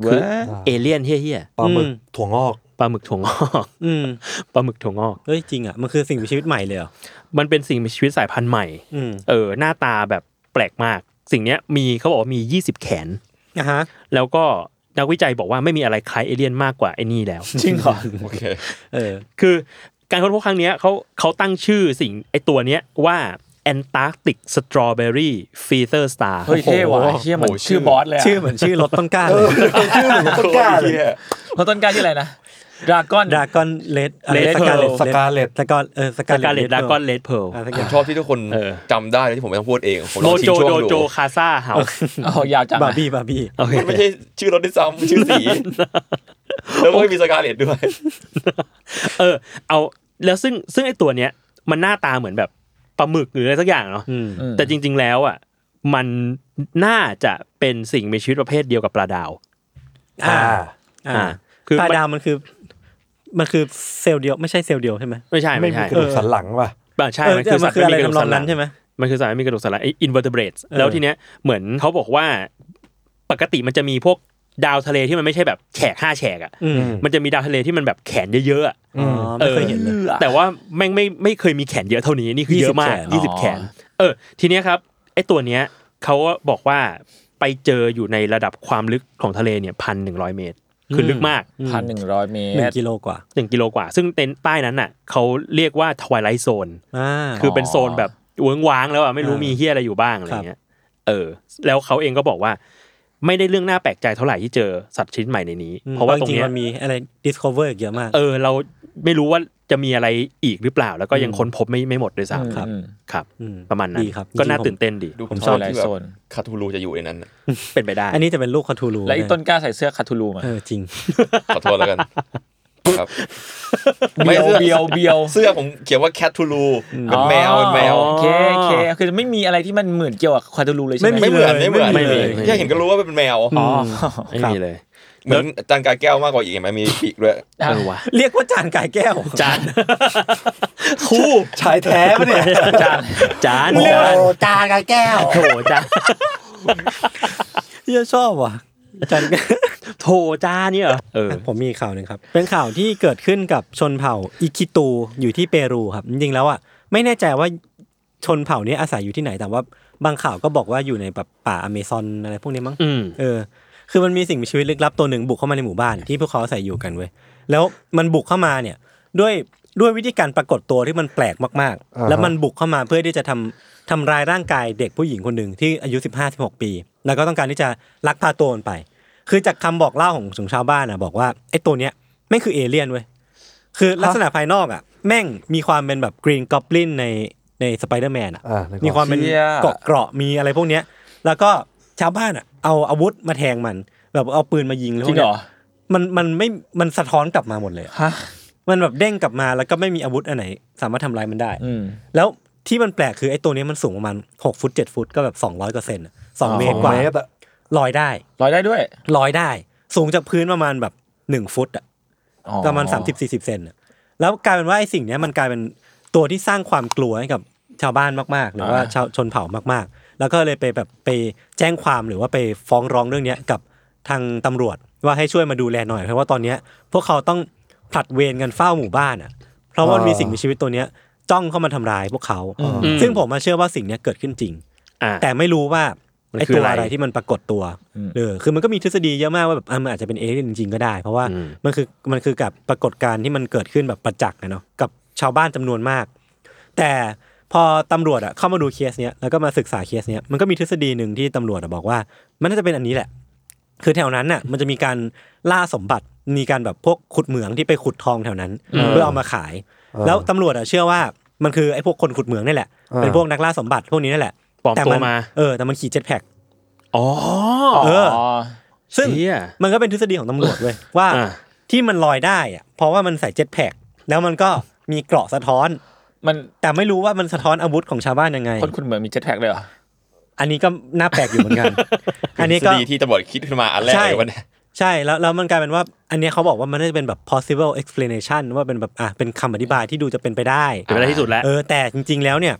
Speaker 5: เว้
Speaker 4: คื
Speaker 5: ย
Speaker 4: อเอเลี่ยนเฮี้ย
Speaker 3: ปลาหมึกถั่วงอก
Speaker 4: ๆปลาหมึกถั่วงอก
Speaker 2: อืม
Speaker 4: ปลาหมึกถั่วงอก
Speaker 2: เฮ้ยจริงอ่ะมันคือสิ่งมีชีวิตใหม่เลยเหรอ
Speaker 4: มันเป็นสิ่งมีชีวิตสายพันธุ์ใหม่
Speaker 2: อืม
Speaker 4: เออ หน้าตาแบบแปลกมาก สิ่งเนี้ยมีเขาบอกว่ามี 20 แขน
Speaker 2: นะฮะ
Speaker 4: แล้วก็นักวิจัยบอกว่าไม่มีอะไรคล้ายเอเลี่ยนมากกว่าไอ้นี่แล้ว
Speaker 5: จริงเหรอ
Speaker 6: โอเค
Speaker 2: เออ
Speaker 4: คือการค้นพบครั้งเนี้ยเขาเขาตั้งชื่อสิ่งไอตัวเนี้ยว่า Antarctic Strawberry Feather Star
Speaker 5: เฮ้ยเท่ว่ะ
Speaker 6: โอ้โห
Speaker 5: เชี่ยเหมือ
Speaker 6: โอ้
Speaker 5: น
Speaker 6: โหชื่
Speaker 5: ชื่
Speaker 6: อ
Speaker 5: อบอสเลยะ
Speaker 2: ชื่อเหมือนชื่อรถต้นกล้าเลย
Speaker 3: ชื่อหนูก็กล้าเลย
Speaker 5: เพราะต้นกล้าชื่ออะไรนะดราก้อน
Speaker 2: ดากอนเลด
Speaker 5: Red
Speaker 2: สกาเลต
Speaker 3: สกาเลต
Speaker 2: สกาเออส
Speaker 4: กาก
Speaker 2: า
Speaker 4: เล
Speaker 2: เล
Speaker 4: ต
Speaker 2: ต
Speaker 4: ดากอนเลดเพล
Speaker 2: อะไรสักอ
Speaker 6: ผ
Speaker 2: ย่าม ง
Speaker 6: ชอบที่ทุกคนจำได้เลยที่ผมไม่ต้องพูดเองผมล
Speaker 4: โด
Speaker 6: องชิง
Speaker 4: โจ
Speaker 6: ช่วง
Speaker 4: โดโจ
Speaker 6: ดู
Speaker 4: คาซาเฮา
Speaker 5: อ๋อยาวจัง
Speaker 2: บา
Speaker 5: อะ
Speaker 2: ร์บี้บาร์บี้
Speaker 4: โอเค
Speaker 6: มันไม่ใช่ชื่อรถด้วยซ้ำชื่อสี แล้วก็ไม่มีสกาเลตด้วย
Speaker 4: เออเอาแล้วซึ่งซึ่งไอตัวเนี้ยมันหน้าตาเหมือนแบบปลาหมึกหรืออะไรสักอย่างเนาะ
Speaker 2: อืม
Speaker 5: อืม
Speaker 4: แต่จริง ๆแล้วอ่ะมันน่าจะเป็นสิ่งมีชีวิตประเภทเดียวกับปลาดาว
Speaker 2: อ่า
Speaker 3: อ่า
Speaker 2: อ่า
Speaker 4: คือ
Speaker 2: ปลา
Speaker 4: มัน
Speaker 2: ดาวมันคือ มันคือเซลล์เดียว ไม่ใช่เซลล์เดียวใช่ไหม
Speaker 4: ไม่ใช่
Speaker 3: ไม่
Speaker 4: ไม่
Speaker 3: มี
Speaker 4: ใช่
Speaker 3: กระดูกสันหลังป่ะ
Speaker 4: อ่าใช่
Speaker 2: เออ
Speaker 4: มันคือ
Speaker 2: มัน
Speaker 4: สัตว์
Speaker 2: คืออะไร
Speaker 4: ไม่มีกระดู
Speaker 2: ทำนอ
Speaker 4: กสั
Speaker 2: ง
Speaker 4: นหลั
Speaker 2: นั้
Speaker 4: ง
Speaker 2: นใช่ไหม
Speaker 4: มันคือสารไม่มีกระดูกสันหลังไอ้ invertebrates
Speaker 2: เออ
Speaker 4: แล้วทีเนี้ยเหมือนเขาบอกว่าปกติมันจะมีพวกดาวทะเลที่มันไม่ใช่แบบแฉกห้าแฉกอ่ะ
Speaker 2: อืม
Speaker 4: มันจะมีดาวทะเลที่มันแบบแขนเยอะๆอะ
Speaker 2: อ๋อไม่เคยเห็นเลย
Speaker 4: แต่ว่าแม่งไม่ไม่เคยมีแขนเยอะเท่านี้นี่คือเยอะมาก
Speaker 2: 20
Speaker 4: ยี่สิบแขน เออ ทีเนี้ยครับไอ้ตัวเนี้ยเขาก็บอกว่าไปเจออยู่ในระดับความลึกของทะเลเนี่ยพันหนึ่งร้อยเมตร คือลึกมาก
Speaker 5: พันหนึ่งร้อยเม
Speaker 2: หนึ่ง
Speaker 5: ตร
Speaker 2: กิโลกว่า
Speaker 4: หนึ่งกิโลกว่า ซึ่งเต็นใต้นั้นน่ะเขาเรียกว่าทวายไลท์โซน
Speaker 2: อ่า
Speaker 4: คือเป็นโซนแบบเวงว้างแล้วอะไม่รู้
Speaker 2: อ่ามี
Speaker 4: มีเฮียอะไรอยู่บ้างอะไร
Speaker 2: ครับ
Speaker 4: เงี้ย เออ แล้วเขาเองก็บอกว่า ไม่ได้เรื่องน่าแปลกใจเท่าไหร่ที่เจอสัตว์ชนิดใหม่ในนี้
Speaker 2: อืม
Speaker 4: เพราะว่าตร
Speaker 2: จ
Speaker 4: ง
Speaker 2: ริงๆ
Speaker 4: เนี้ย
Speaker 2: มันมีอะไร discover อีกเยอะมาก
Speaker 4: เออ เราไม่รู้ว่าจะมีอะไรอีกหรือเปล่า แล้วก็ยังค้นพบไม่ไม่หมดด้วย
Speaker 5: อืม
Speaker 4: ซ้ำ
Speaker 5: อืม
Speaker 4: ครับ
Speaker 2: อืม
Speaker 4: ประมาณนั้น
Speaker 2: ดีครับ
Speaker 4: ก็น่า
Speaker 2: จริงๆผม
Speaker 4: ตื่นเต้นดี
Speaker 6: ดู
Speaker 5: ผม
Speaker 6: ชอบ
Speaker 5: ชอบ
Speaker 6: ที่แบบ
Speaker 5: โซน
Speaker 6: คาทูลูจะอยู่ในนั้นน่ะ
Speaker 4: เป็นไปได้
Speaker 2: อันนี้จะเป็นลูกคาทูลู
Speaker 5: และไอ้ต้นกล้าใส่เสื้อคาทูลูมา
Speaker 2: เออจริง
Speaker 6: ขอโทษแล้วกันครับไม่
Speaker 5: เบียวเบี
Speaker 6: เสื้อ
Speaker 5: ยวเบียว
Speaker 6: เสื้อผมเขียนว่าแคทูลูเป็นแมวเป็นแมว
Speaker 5: อ๋อโอเคโอเคคือไม่มีอะไรที่มันเหมือนเกี่ยวกับคาทูลูเลยใช่ไหม
Speaker 2: ไม่
Speaker 6: ไม่เหมือน
Speaker 2: เลย
Speaker 6: ไม่เหมือน
Speaker 2: ไม่มี
Speaker 6: แค่เห็นก็รู้ว่าเป็นแมว
Speaker 5: อ๋อ
Speaker 4: ไม่มีเลย
Speaker 6: เหมือนอาจานกายแก้วมากกว่าอีกเห็นไหมมีปีกด้วย
Speaker 5: ครับ
Speaker 4: เออวะ
Speaker 2: เรียกว่าจานไก่แก้ว
Speaker 4: จาน คู่
Speaker 3: ชายแท้ปะเนี่ย
Speaker 4: จานจาน
Speaker 2: โอ้
Speaker 4: จาน
Speaker 3: จานกับแก้ว
Speaker 4: โถจาน
Speaker 2: เฮียชอบว่ะจานแก้ว
Speaker 4: โถจานเนี่ยเหรอเออ
Speaker 2: ผมมีอีกข่าวหนึ่งครับ เป็นข่าวที่เกิดขึ้นกับชนเผ่าอิคิตูอยู่ที่เปรูครับ จริงๆแล้วอ่ะไม่แน่ใจว่าชนเผ่านี้อาศัยอยู่ที่ไหนแต่ว่าบางข่าวก็บอกว่าอยู่ในแบบป่าอเมซอนอะไรพวกนี้มั้ง
Speaker 4: อืม
Speaker 2: เออ คือมันมีสิ่งมีชีวิตลึกลับตัวหนึ่งบุกเข้ามาในหมู่ บ้านที่พวกเขาอาศัยอยู่กันเว้ยแล้วมันบุกเข้ามาเนี่ยด้วยด้วยวิธีการปรากฏตัวที่มันแปลกมาก
Speaker 3: อ่า
Speaker 2: ๆ
Speaker 3: ฮะ
Speaker 2: แล้วมันบุกเข้ามาเพื่อที่จะทำทำร้ายร่างกายเด็กผู้หญิงคนหนึ่งที่อายุ 15-16 ปี แล้วก็ต้องการที่จะลักพาตัวมันไป คือจากคำบอกเล่าของของชาวบ้านอ่ะบอกว่าไอ้ตัวเนี้ยแม่งคือเอเลี่ยนเว้ยคือลักษณะภายนอกอ่ะ แม่งมีความเป็นแบบกรีนกอบลินในในสไปเดอร์แมนอ่ะ
Speaker 3: อ่านึกออก
Speaker 2: มีความเป็น
Speaker 5: เชี่ย
Speaker 2: เกาะเกราะมีอะไรพวกเนี้ย แล้วก็ชาวบ้านอ่ะเอาอาวุธมาแทงมัน แบบเอาปืนมายิงแล้ว
Speaker 5: จริงเหรอ
Speaker 2: มันมันไม่มันสะท้อนกลับมาหมดเลยอะ
Speaker 5: ฮะ
Speaker 2: มันแบบเด้งกลับมาแล้วก็ไม่มีอาวุธอันไหน สามารถทำลายมันได้
Speaker 5: อืม
Speaker 2: แล้วที่มันแปลกคือไอ้ตัวเนี้ยมันสูงประมาณหกฟุตเจ็ดฟุตก็แบบสองร้อยกว่าเซนอะสอง
Speaker 5: อ๋อ
Speaker 2: เม
Speaker 3: ส
Speaker 2: ต
Speaker 3: อ
Speaker 2: รง กว่า
Speaker 3: เมตรอะ
Speaker 2: ลอยได้
Speaker 5: ลอยได้ด้วย
Speaker 2: ลอยได้ สูงจากพื้นประมาณแบบหนึ่งฟุตอะ
Speaker 5: อ๋อ
Speaker 2: ประมาณสามสิบสี่สิบเซนอะแล้วกลายเป็นว่าไอ้สิ่งเนี้ยมันกลายเป็นตัวที่สร้างความกลัวให้กับชาวบ้านมาก ๆ หรือว่าชาวชนเผ่ามาก ๆ แล้วก็เลยไปแบบไปแจ้งความหรือว่าไปฟ้องร้องเรื่องเนี้ยกับทางตำรวจว่าให้ช่วยมาดูแลหน่อยเพราะว่าตอนเนี้ยพวกเขาต้องผลัดเวรกันเฝ้าหมู่บ้านอะเพราะว่ามันมีสิ่งมีชีวิตตัวเนี้ยจ้องเข้ามาทำร้ายพวกเขา
Speaker 4: อืม
Speaker 2: ซึ่งผมมาเชื่อว่าสิ่งเนี้ยเกิดขึ้นจริง
Speaker 4: อ่า
Speaker 2: แต่ไม่รู้ว่า
Speaker 4: มัน
Speaker 2: ไอ
Speaker 4: คือ
Speaker 2: ตัว
Speaker 4: อะไร
Speaker 2: อะไรที่มันปรากฏตัวเออคือมันก็มีทฤษฎีเยอะมากว่าแบบอ่ะมันอาจจะเป็นเอเลี่ยนจริงๆก็ได้ เพราะว่า
Speaker 4: อืม
Speaker 2: มันคือมันคือกับปรากฏการณ์ที่มันเกิดขึ้นแบบประจักษ์นะเนาะกับชาวบ้านจำนวนมาก แต่ พอตำรวจอะเข้ามาดูเคสเนี้ยแล้วก็มาศึกษาเคสเนี้ยมันก็มีทฤษฎีหนึ่งที่ตำรวจอะบอกว่า มันน่าจะเป็นอันนี้แหละ คือแถวนั้นน่ะมันจะมีการล่าสมบัติมีการแบบพวกขุดเหมืองที่ไปขุดทองแถวนั้น
Speaker 4: อืม
Speaker 2: เพื่อเอามาขาย
Speaker 3: เออ
Speaker 2: แล้วตำรวจอะเชื่อว่ามันคือไอ้พวกคนขุดเหมืองนี่แหละ
Speaker 3: เออ
Speaker 2: เป็นพวกนักล่าสมบัติพวกนี้นั่นแหละ
Speaker 4: ปลอม
Speaker 2: แต่
Speaker 4: ตัว
Speaker 2: มั
Speaker 4: มา
Speaker 2: เออแต่มันขี่เจ็ตแพ็ค
Speaker 4: อ๋อ
Speaker 5: อ๋อ
Speaker 2: เออ ซึ่ง
Speaker 4: เหี้ย
Speaker 2: มันก็เป็นทฤษฎีของตำรวจเว้ยว่า
Speaker 4: อ่ะ
Speaker 2: ที่มันลอยได้อะเพราะว่ามันใส่เจ็ตแพ็กแล้วมันก็มีเกราะสะท้อน
Speaker 5: มัน
Speaker 2: แต่ไม่รู้ว่ามันสะท้อนอาวุธของชาวบ้านยังไง
Speaker 5: คนคุณเหมือนมีเจ็ตแพ็กเลยเหรอ
Speaker 2: อันนี้ก็น่าแปลกอยู่เหมือนกัน อันนี้ก็
Speaker 6: ทฤษฎีที่ตำรวจคิดขึ้นมาอันแรก
Speaker 2: ใช่
Speaker 6: เลยวันนี้
Speaker 2: ใช่แล้วแล้วมันกลายเป็นว่า อันเนี้ยเขาบอกว่ามันน่าจะเป็นแบบ possible explanation ว่าเป็นแบบอ่ะเป็นคำอธิบายที่ดูจะเป็นไปได้
Speaker 4: เป็นไปได้ที่สุดแล้ว
Speaker 2: เออแต่จริง ๆ แล้วเนี่ย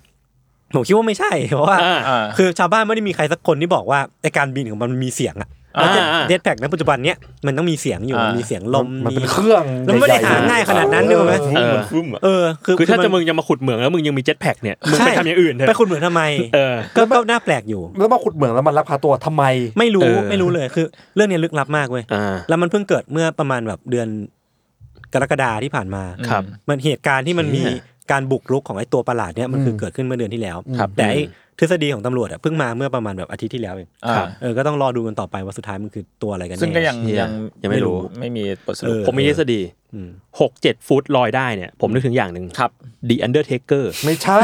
Speaker 2: ผมคิดว่าไม่ใช่ เพราะว่า
Speaker 4: อ่า
Speaker 5: อ่า
Speaker 2: คือชาวบ้านไม่ได้มีใครสักคนที่บอกว่าไอการบินของมันมีเสียงอะ
Speaker 4: อ่า
Speaker 2: เจ็ตแพ็กณปัจจุบันเนี้ยมันต้องมีเสียงอยู่
Speaker 5: อ่ามั
Speaker 2: นมีเสียงลม
Speaker 3: มันเป็น
Speaker 2: มี
Speaker 3: เครื่อง
Speaker 2: แล้วไม่ได้
Speaker 3: ใญ่ๆ
Speaker 2: หาง่ายขนาดนั้น
Speaker 3: เออ
Speaker 2: นึกออกไหม
Speaker 6: ฟุ้มมันฟุ้มอะ
Speaker 2: เออคือ
Speaker 4: คือถ้า
Speaker 2: มัน
Speaker 4: จะมึงจะมาขุดเหมืองแล้วมึงยังมีเจ็ตแพ็กเนี่ยมึง
Speaker 2: ใช่
Speaker 4: ไปทำอย่างอื่นเถ
Speaker 2: ไป
Speaker 4: อะ
Speaker 2: ขุดเหมืองทำไม
Speaker 4: เออ
Speaker 2: ก็ก็น่าแปลกอยู่
Speaker 3: แล้วมาขุดเหมืองแล้วมันลักพาตัวทำไม
Speaker 2: ไม่รู้
Speaker 4: เออ
Speaker 2: ไม่รู้เลยคือ เรื่องเนี้ยลึกลับมากเว้ย
Speaker 4: อ่า
Speaker 2: แล้วมันเพิ่งเกิดเมื่อประมาณแบบเดือนกรกฎาที่ผ่านมา
Speaker 4: ครับ
Speaker 2: มันเหตุการณ์ที่มันมี
Speaker 4: เชี่ย
Speaker 2: การบุกรุกของไอ้ตัวประหลาดเนี่ยมันคืออ
Speaker 3: ม
Speaker 2: เกิดขึ้นเมื่อเดือนที่แล้ว
Speaker 5: ครับ
Speaker 2: แต่ไอ้ทฤษฎีของตำรวจอะเพิ่งมาเมื่อประมาณแบบอาทิตย์ที่แล้วเอง
Speaker 5: อ่า
Speaker 4: ครับ
Speaker 2: เออก็ต้องรอดูกันต่อไปว่าสุดท้ายมันคือตัวอะไรกันแน่
Speaker 5: ซึ่งก็ยัง
Speaker 4: เชี่ย
Speaker 5: ยัง
Speaker 4: ยังไม่รู้
Speaker 5: ไม่มีบทส
Speaker 2: เอ
Speaker 5: รุป
Speaker 2: อ
Speaker 4: ผมมีทฤษฎี
Speaker 2: อืม
Speaker 4: หกเจ็ดฟุตลอยได้เนี่ย ผมนึกถึงอย่างหนึ่ง
Speaker 5: ครับ
Speaker 4: ดีอันเดอร์เทเกอร์
Speaker 3: ไม่ใช่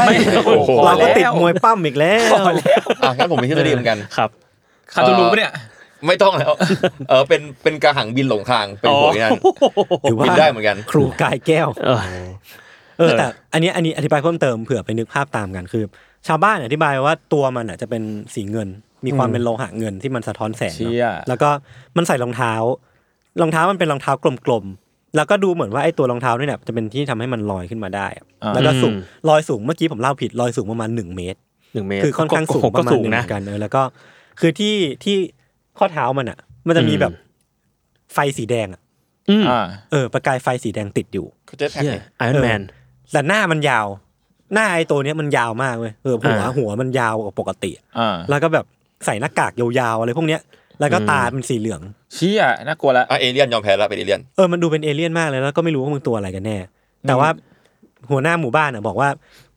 Speaker 5: โอ้โห
Speaker 2: เราก็ติด
Speaker 5: พอแล้ว
Speaker 2: มวยปั้มอีกแล้ว
Speaker 5: พอแล้ว
Speaker 6: อ่ะงั้นผมมีทฤษฎีเหมือนกัน
Speaker 4: ครับ
Speaker 5: คาจูรูปะเนี่ย
Speaker 6: ไม่ต้องแล้ว เออเป็นเป็นกระหังบินหลงทางเป็นหัวไอ้นั่น
Speaker 2: หรือว่า
Speaker 6: บินได้เหมือนกัน
Speaker 2: ครูกายแก้ว
Speaker 4: เออ
Speaker 2: เออ
Speaker 4: เออ
Speaker 2: แต่อันนี้อันนี้อธิบายเพิ่มเติมเผื่อไปนึกภาพตามกันคือ ชาวบ้านอธิบายว่าตัวมันอ่ะจะเป็นสีเงิน มีความเป็นโลหะเงินที่มันสะท้อนแสง
Speaker 5: เชี่
Speaker 2: เนอะ
Speaker 5: ย
Speaker 2: แล้วก็มันใส่รองเท้า รองเท้ามันเป็นรองเท้ากลมๆแล้วก็ดูเหมือนว่าไอ้ตัวรองเท้านี่เนี่ยจะเป็นที่ทำให้มันลอยขึ้นมาได้อะแล้วก็สูงลอยสูงเมื่อกี้ผมเล่าผิดลอยสูงประมาณหนึ่งเมตร
Speaker 4: หนึ่งเมตร
Speaker 2: คือค่อนข้างสูงป
Speaker 4: ก็
Speaker 2: ระมาณ
Speaker 4: สูง
Speaker 2: หนึ่ง
Speaker 4: นะ
Speaker 2: เหมือนกันเออแล้วก็คือที่ที่ข้อเท้ามันอ่ะ มันจะมี
Speaker 4: อืม
Speaker 2: แบบไฟสีแดงอะ
Speaker 4: อืม
Speaker 5: อ่า
Speaker 2: เออประกายไฟสีแดงติดอยู่
Speaker 6: เขาจะแท็ก
Speaker 4: เหี้ยไอรอนแมน
Speaker 2: แต่หน้ามันยาว หน้าไอ้ตัวเนี้ยมันยาวมากเว้ยเออหัว
Speaker 4: อ่า
Speaker 2: หัวมันยาวกว่าปกติ
Speaker 5: อ่า
Speaker 2: แล้วก็แบบใส่หน้ากากยาวๆอะไรพวกเนี้ย แล้วก็ตาเป็นสีเหลือง
Speaker 5: เชี่ยน่ากลัวละ
Speaker 6: อ่ะเอเลี่ยนยอมแพ้แล้วเป็นเอเลี่ยน
Speaker 2: เออ มันดูเป็นเอเลี่ยนมากเลยแล้วก็ไม่รู้ว่ามึงตัวอะไรกันแน่ แต่ว่าหัวหน้าหมู่บ้านอ่ะบอกว่า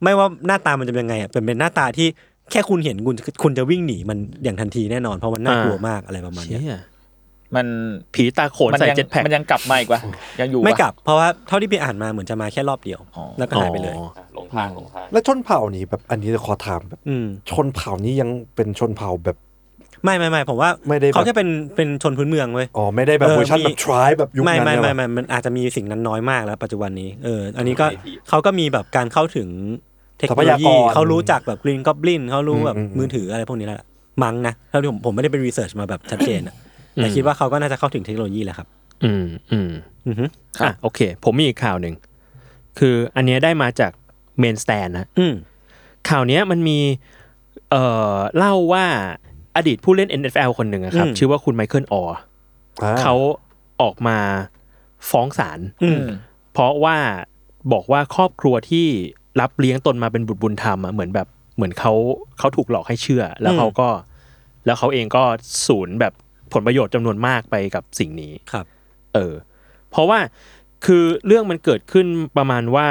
Speaker 2: ไม่ว่าหน้าตามันจะเป็นยังไงอ่ะเป็นเป็นหน้าตาที่แค่คุณเห็นคุณคุณจะวิ่งหนีมันอย่างทันทีแน่นอนเพราะมันน่ากลัวมากอะไรประมาณเนี้
Speaker 4: เชี่
Speaker 2: ย
Speaker 4: ย
Speaker 5: มัน
Speaker 4: ผีตาโขน
Speaker 5: มั
Speaker 4: ใส่
Speaker 5: ยัง
Speaker 4: เจ็ตแพ็ก
Speaker 5: มันยังกลับมาอีกวะยังอยู่วะ
Speaker 2: ไม่กลับเพราะว่าเท่าที่ไปอ่านมาเหมือนจะมาแค่รอบเดียว
Speaker 5: อ๋อ
Speaker 2: แล้วก็หายไปเลย
Speaker 6: หลงทางหลงทาง
Speaker 3: แล้วชนเผ่านี้แบบอันนี้จะขอถามแบบ
Speaker 2: อืม
Speaker 3: ชนเผ่านี้ยังเป็นชนเผ่าแบบ
Speaker 2: ไม่ไม่ไม่ผมว่า
Speaker 3: ไม่ได้แบบ
Speaker 2: เขาแค่เป็นเป็นชนพื้นเมืองเว้ย
Speaker 3: อ๋อไม่ได้แบบ
Speaker 2: เออ
Speaker 3: เวอร์ชัน
Speaker 2: มี
Speaker 3: แบบทริแบบยุค
Speaker 2: ไม่
Speaker 3: นั้น
Speaker 2: ไม่
Speaker 3: เนี่ย
Speaker 2: ไม่
Speaker 3: หรอ
Speaker 2: ไม่มันอาจจะมีสิ่งนั้นน้อยมากแล้ว ปัจจุบันนี้เอออันนี้ก็
Speaker 6: โอเค
Speaker 2: เขาก็มีแบบการเข้าถึงเทคโนโลยีเขารู้จักแบบกรีนก็บลินเขารู้แบบมือถืออะไรพวกนี้แล้วล่ะมั้งนะเท่าที่ผมผมไม่ได้ไปรีเสิร์ชมาแบบชัดเจนอะแต่คิดว่าเขาก็น่าจะเข้าถึงเทคโนโลยีแหละครับ
Speaker 4: อืมอืม
Speaker 2: อือฮึ
Speaker 4: อ่ะโอเค ผมมีอีกข่าวหนึ่ง คืออันเนี้ยได้มาจากเมนสแตนนะ
Speaker 2: อืม
Speaker 4: ข่าวเนี้ยมันมีเอ่อเล่าว่าอดีตผู้เล่น NFL คนหนึ่งอะครับ ชื่อว่าคุณไมเคิลออร์
Speaker 3: อ่า
Speaker 4: เขาออกมาฟ้องศาล
Speaker 2: อื
Speaker 5: อื
Speaker 2: ม
Speaker 5: ม
Speaker 4: เพราะว่าบอกว่าครอบครัวที่รับเลี้ยงตนมาเป็นบุตรบุญธรรมอะเหมือนแบบเหมือนเขาเขาถูกหลอกให้เชื่อ แล้วเขาก็ แล้วเขาเองก็สูญแบบผลประโยชน์จำนวนมากไปกับสิ่งนี้
Speaker 2: ครับ
Speaker 4: เออ เพราะว่าคือเรื่องมันเกิดขึ้นประมาณว่า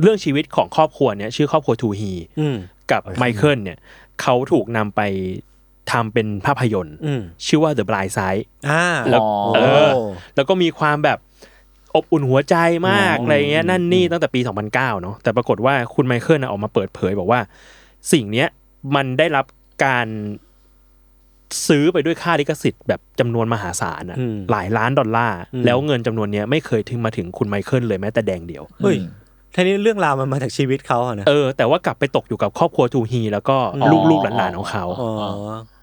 Speaker 4: เรื่องชีวิตของครอบครัวเนี้ยชื่อครอบครัวทูฮี
Speaker 2: อืม
Speaker 4: กับไมเคิลเนี่ยเขาถูกนำไปทำเป็นภาพยนตร์
Speaker 2: อืม
Speaker 4: ชื่อว่า The Blind Side
Speaker 2: อ่า
Speaker 4: แล้ว
Speaker 2: โอ้
Speaker 4: เออ แล้วก็มีความแบบอบอุ่นหัวใจมากอะไรเงี้ยนั่นนี่ตั้งแต่ปี 2009 เนาะแต่ปรากฏว่าคุณไมเคิลน่ะออกมาเปิดเผยบอกว่า สิ่งเนี้ยมันได้รับการซื้อไปด้วยค่าลิขสิทธิ์แบบจำนวนมหาศาลอะ
Speaker 2: อืม
Speaker 4: หลายล้านดอลลาร์
Speaker 2: อืม
Speaker 4: แล้วเงินจำนวนเนี้ยไม่เคยถึงมาถึงคุณไมเคิลเลยแม้แต่แดงเดียว
Speaker 2: เฮ้ยทีนี้เรื่องราวมันมาจากชีวิตเขาอะนะ
Speaker 4: เออ แต่ว่ากลับไปตกอยู่กับครอบครัวทูฮี แล้วก็ลูกๆหลานๆของเขา
Speaker 2: อ๋อ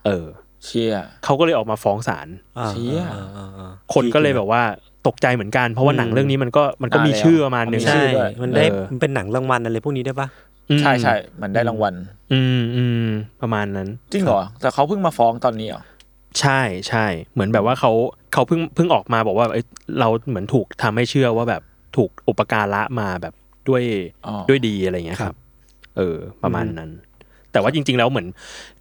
Speaker 4: เออ
Speaker 5: เชี่ย
Speaker 4: เขาก็เลยออกมาฟ้องศาล
Speaker 2: อ่า
Speaker 5: เชี่ย
Speaker 2: อ่าอ่าอ่า
Speaker 4: คนก็เลยแบบว่าตกใจเหมือนกัน เพราะว่าหนัง
Speaker 2: อืม
Speaker 4: เรื่องนี้มันก็มันก็มี
Speaker 5: อ่าแล้ว
Speaker 4: ชื่อประมาณหนึง
Speaker 5: มี
Speaker 2: ใช่
Speaker 5: อด้วย
Speaker 2: มันได้
Speaker 4: เออ
Speaker 2: มันเป็นหนังรางวัลอะไรพวกนี้ได้ปะ
Speaker 4: อืม
Speaker 5: ใช่ใช่มันได้รางวัล
Speaker 4: อืมอืมประมาณนั้น
Speaker 5: จริงเหรอ แต่เขาเพิ่งมาฟ้องตอนนี้เหรอ
Speaker 4: ใช่ใช่เหมือนแบบว่าเขาเขาเพิ่งเพิ่งออกมาบอกว่าเอ้ยเราเหมือนถูกทำให้เชื่อว่าแบบถูกอุปการะมาแบบด้วย
Speaker 5: อ๋อ
Speaker 4: ด้วยดีอะไรเงี้ยครับ เออ ประมาณนั้น แต่ว่าจริง ๆ แล้วเหมือน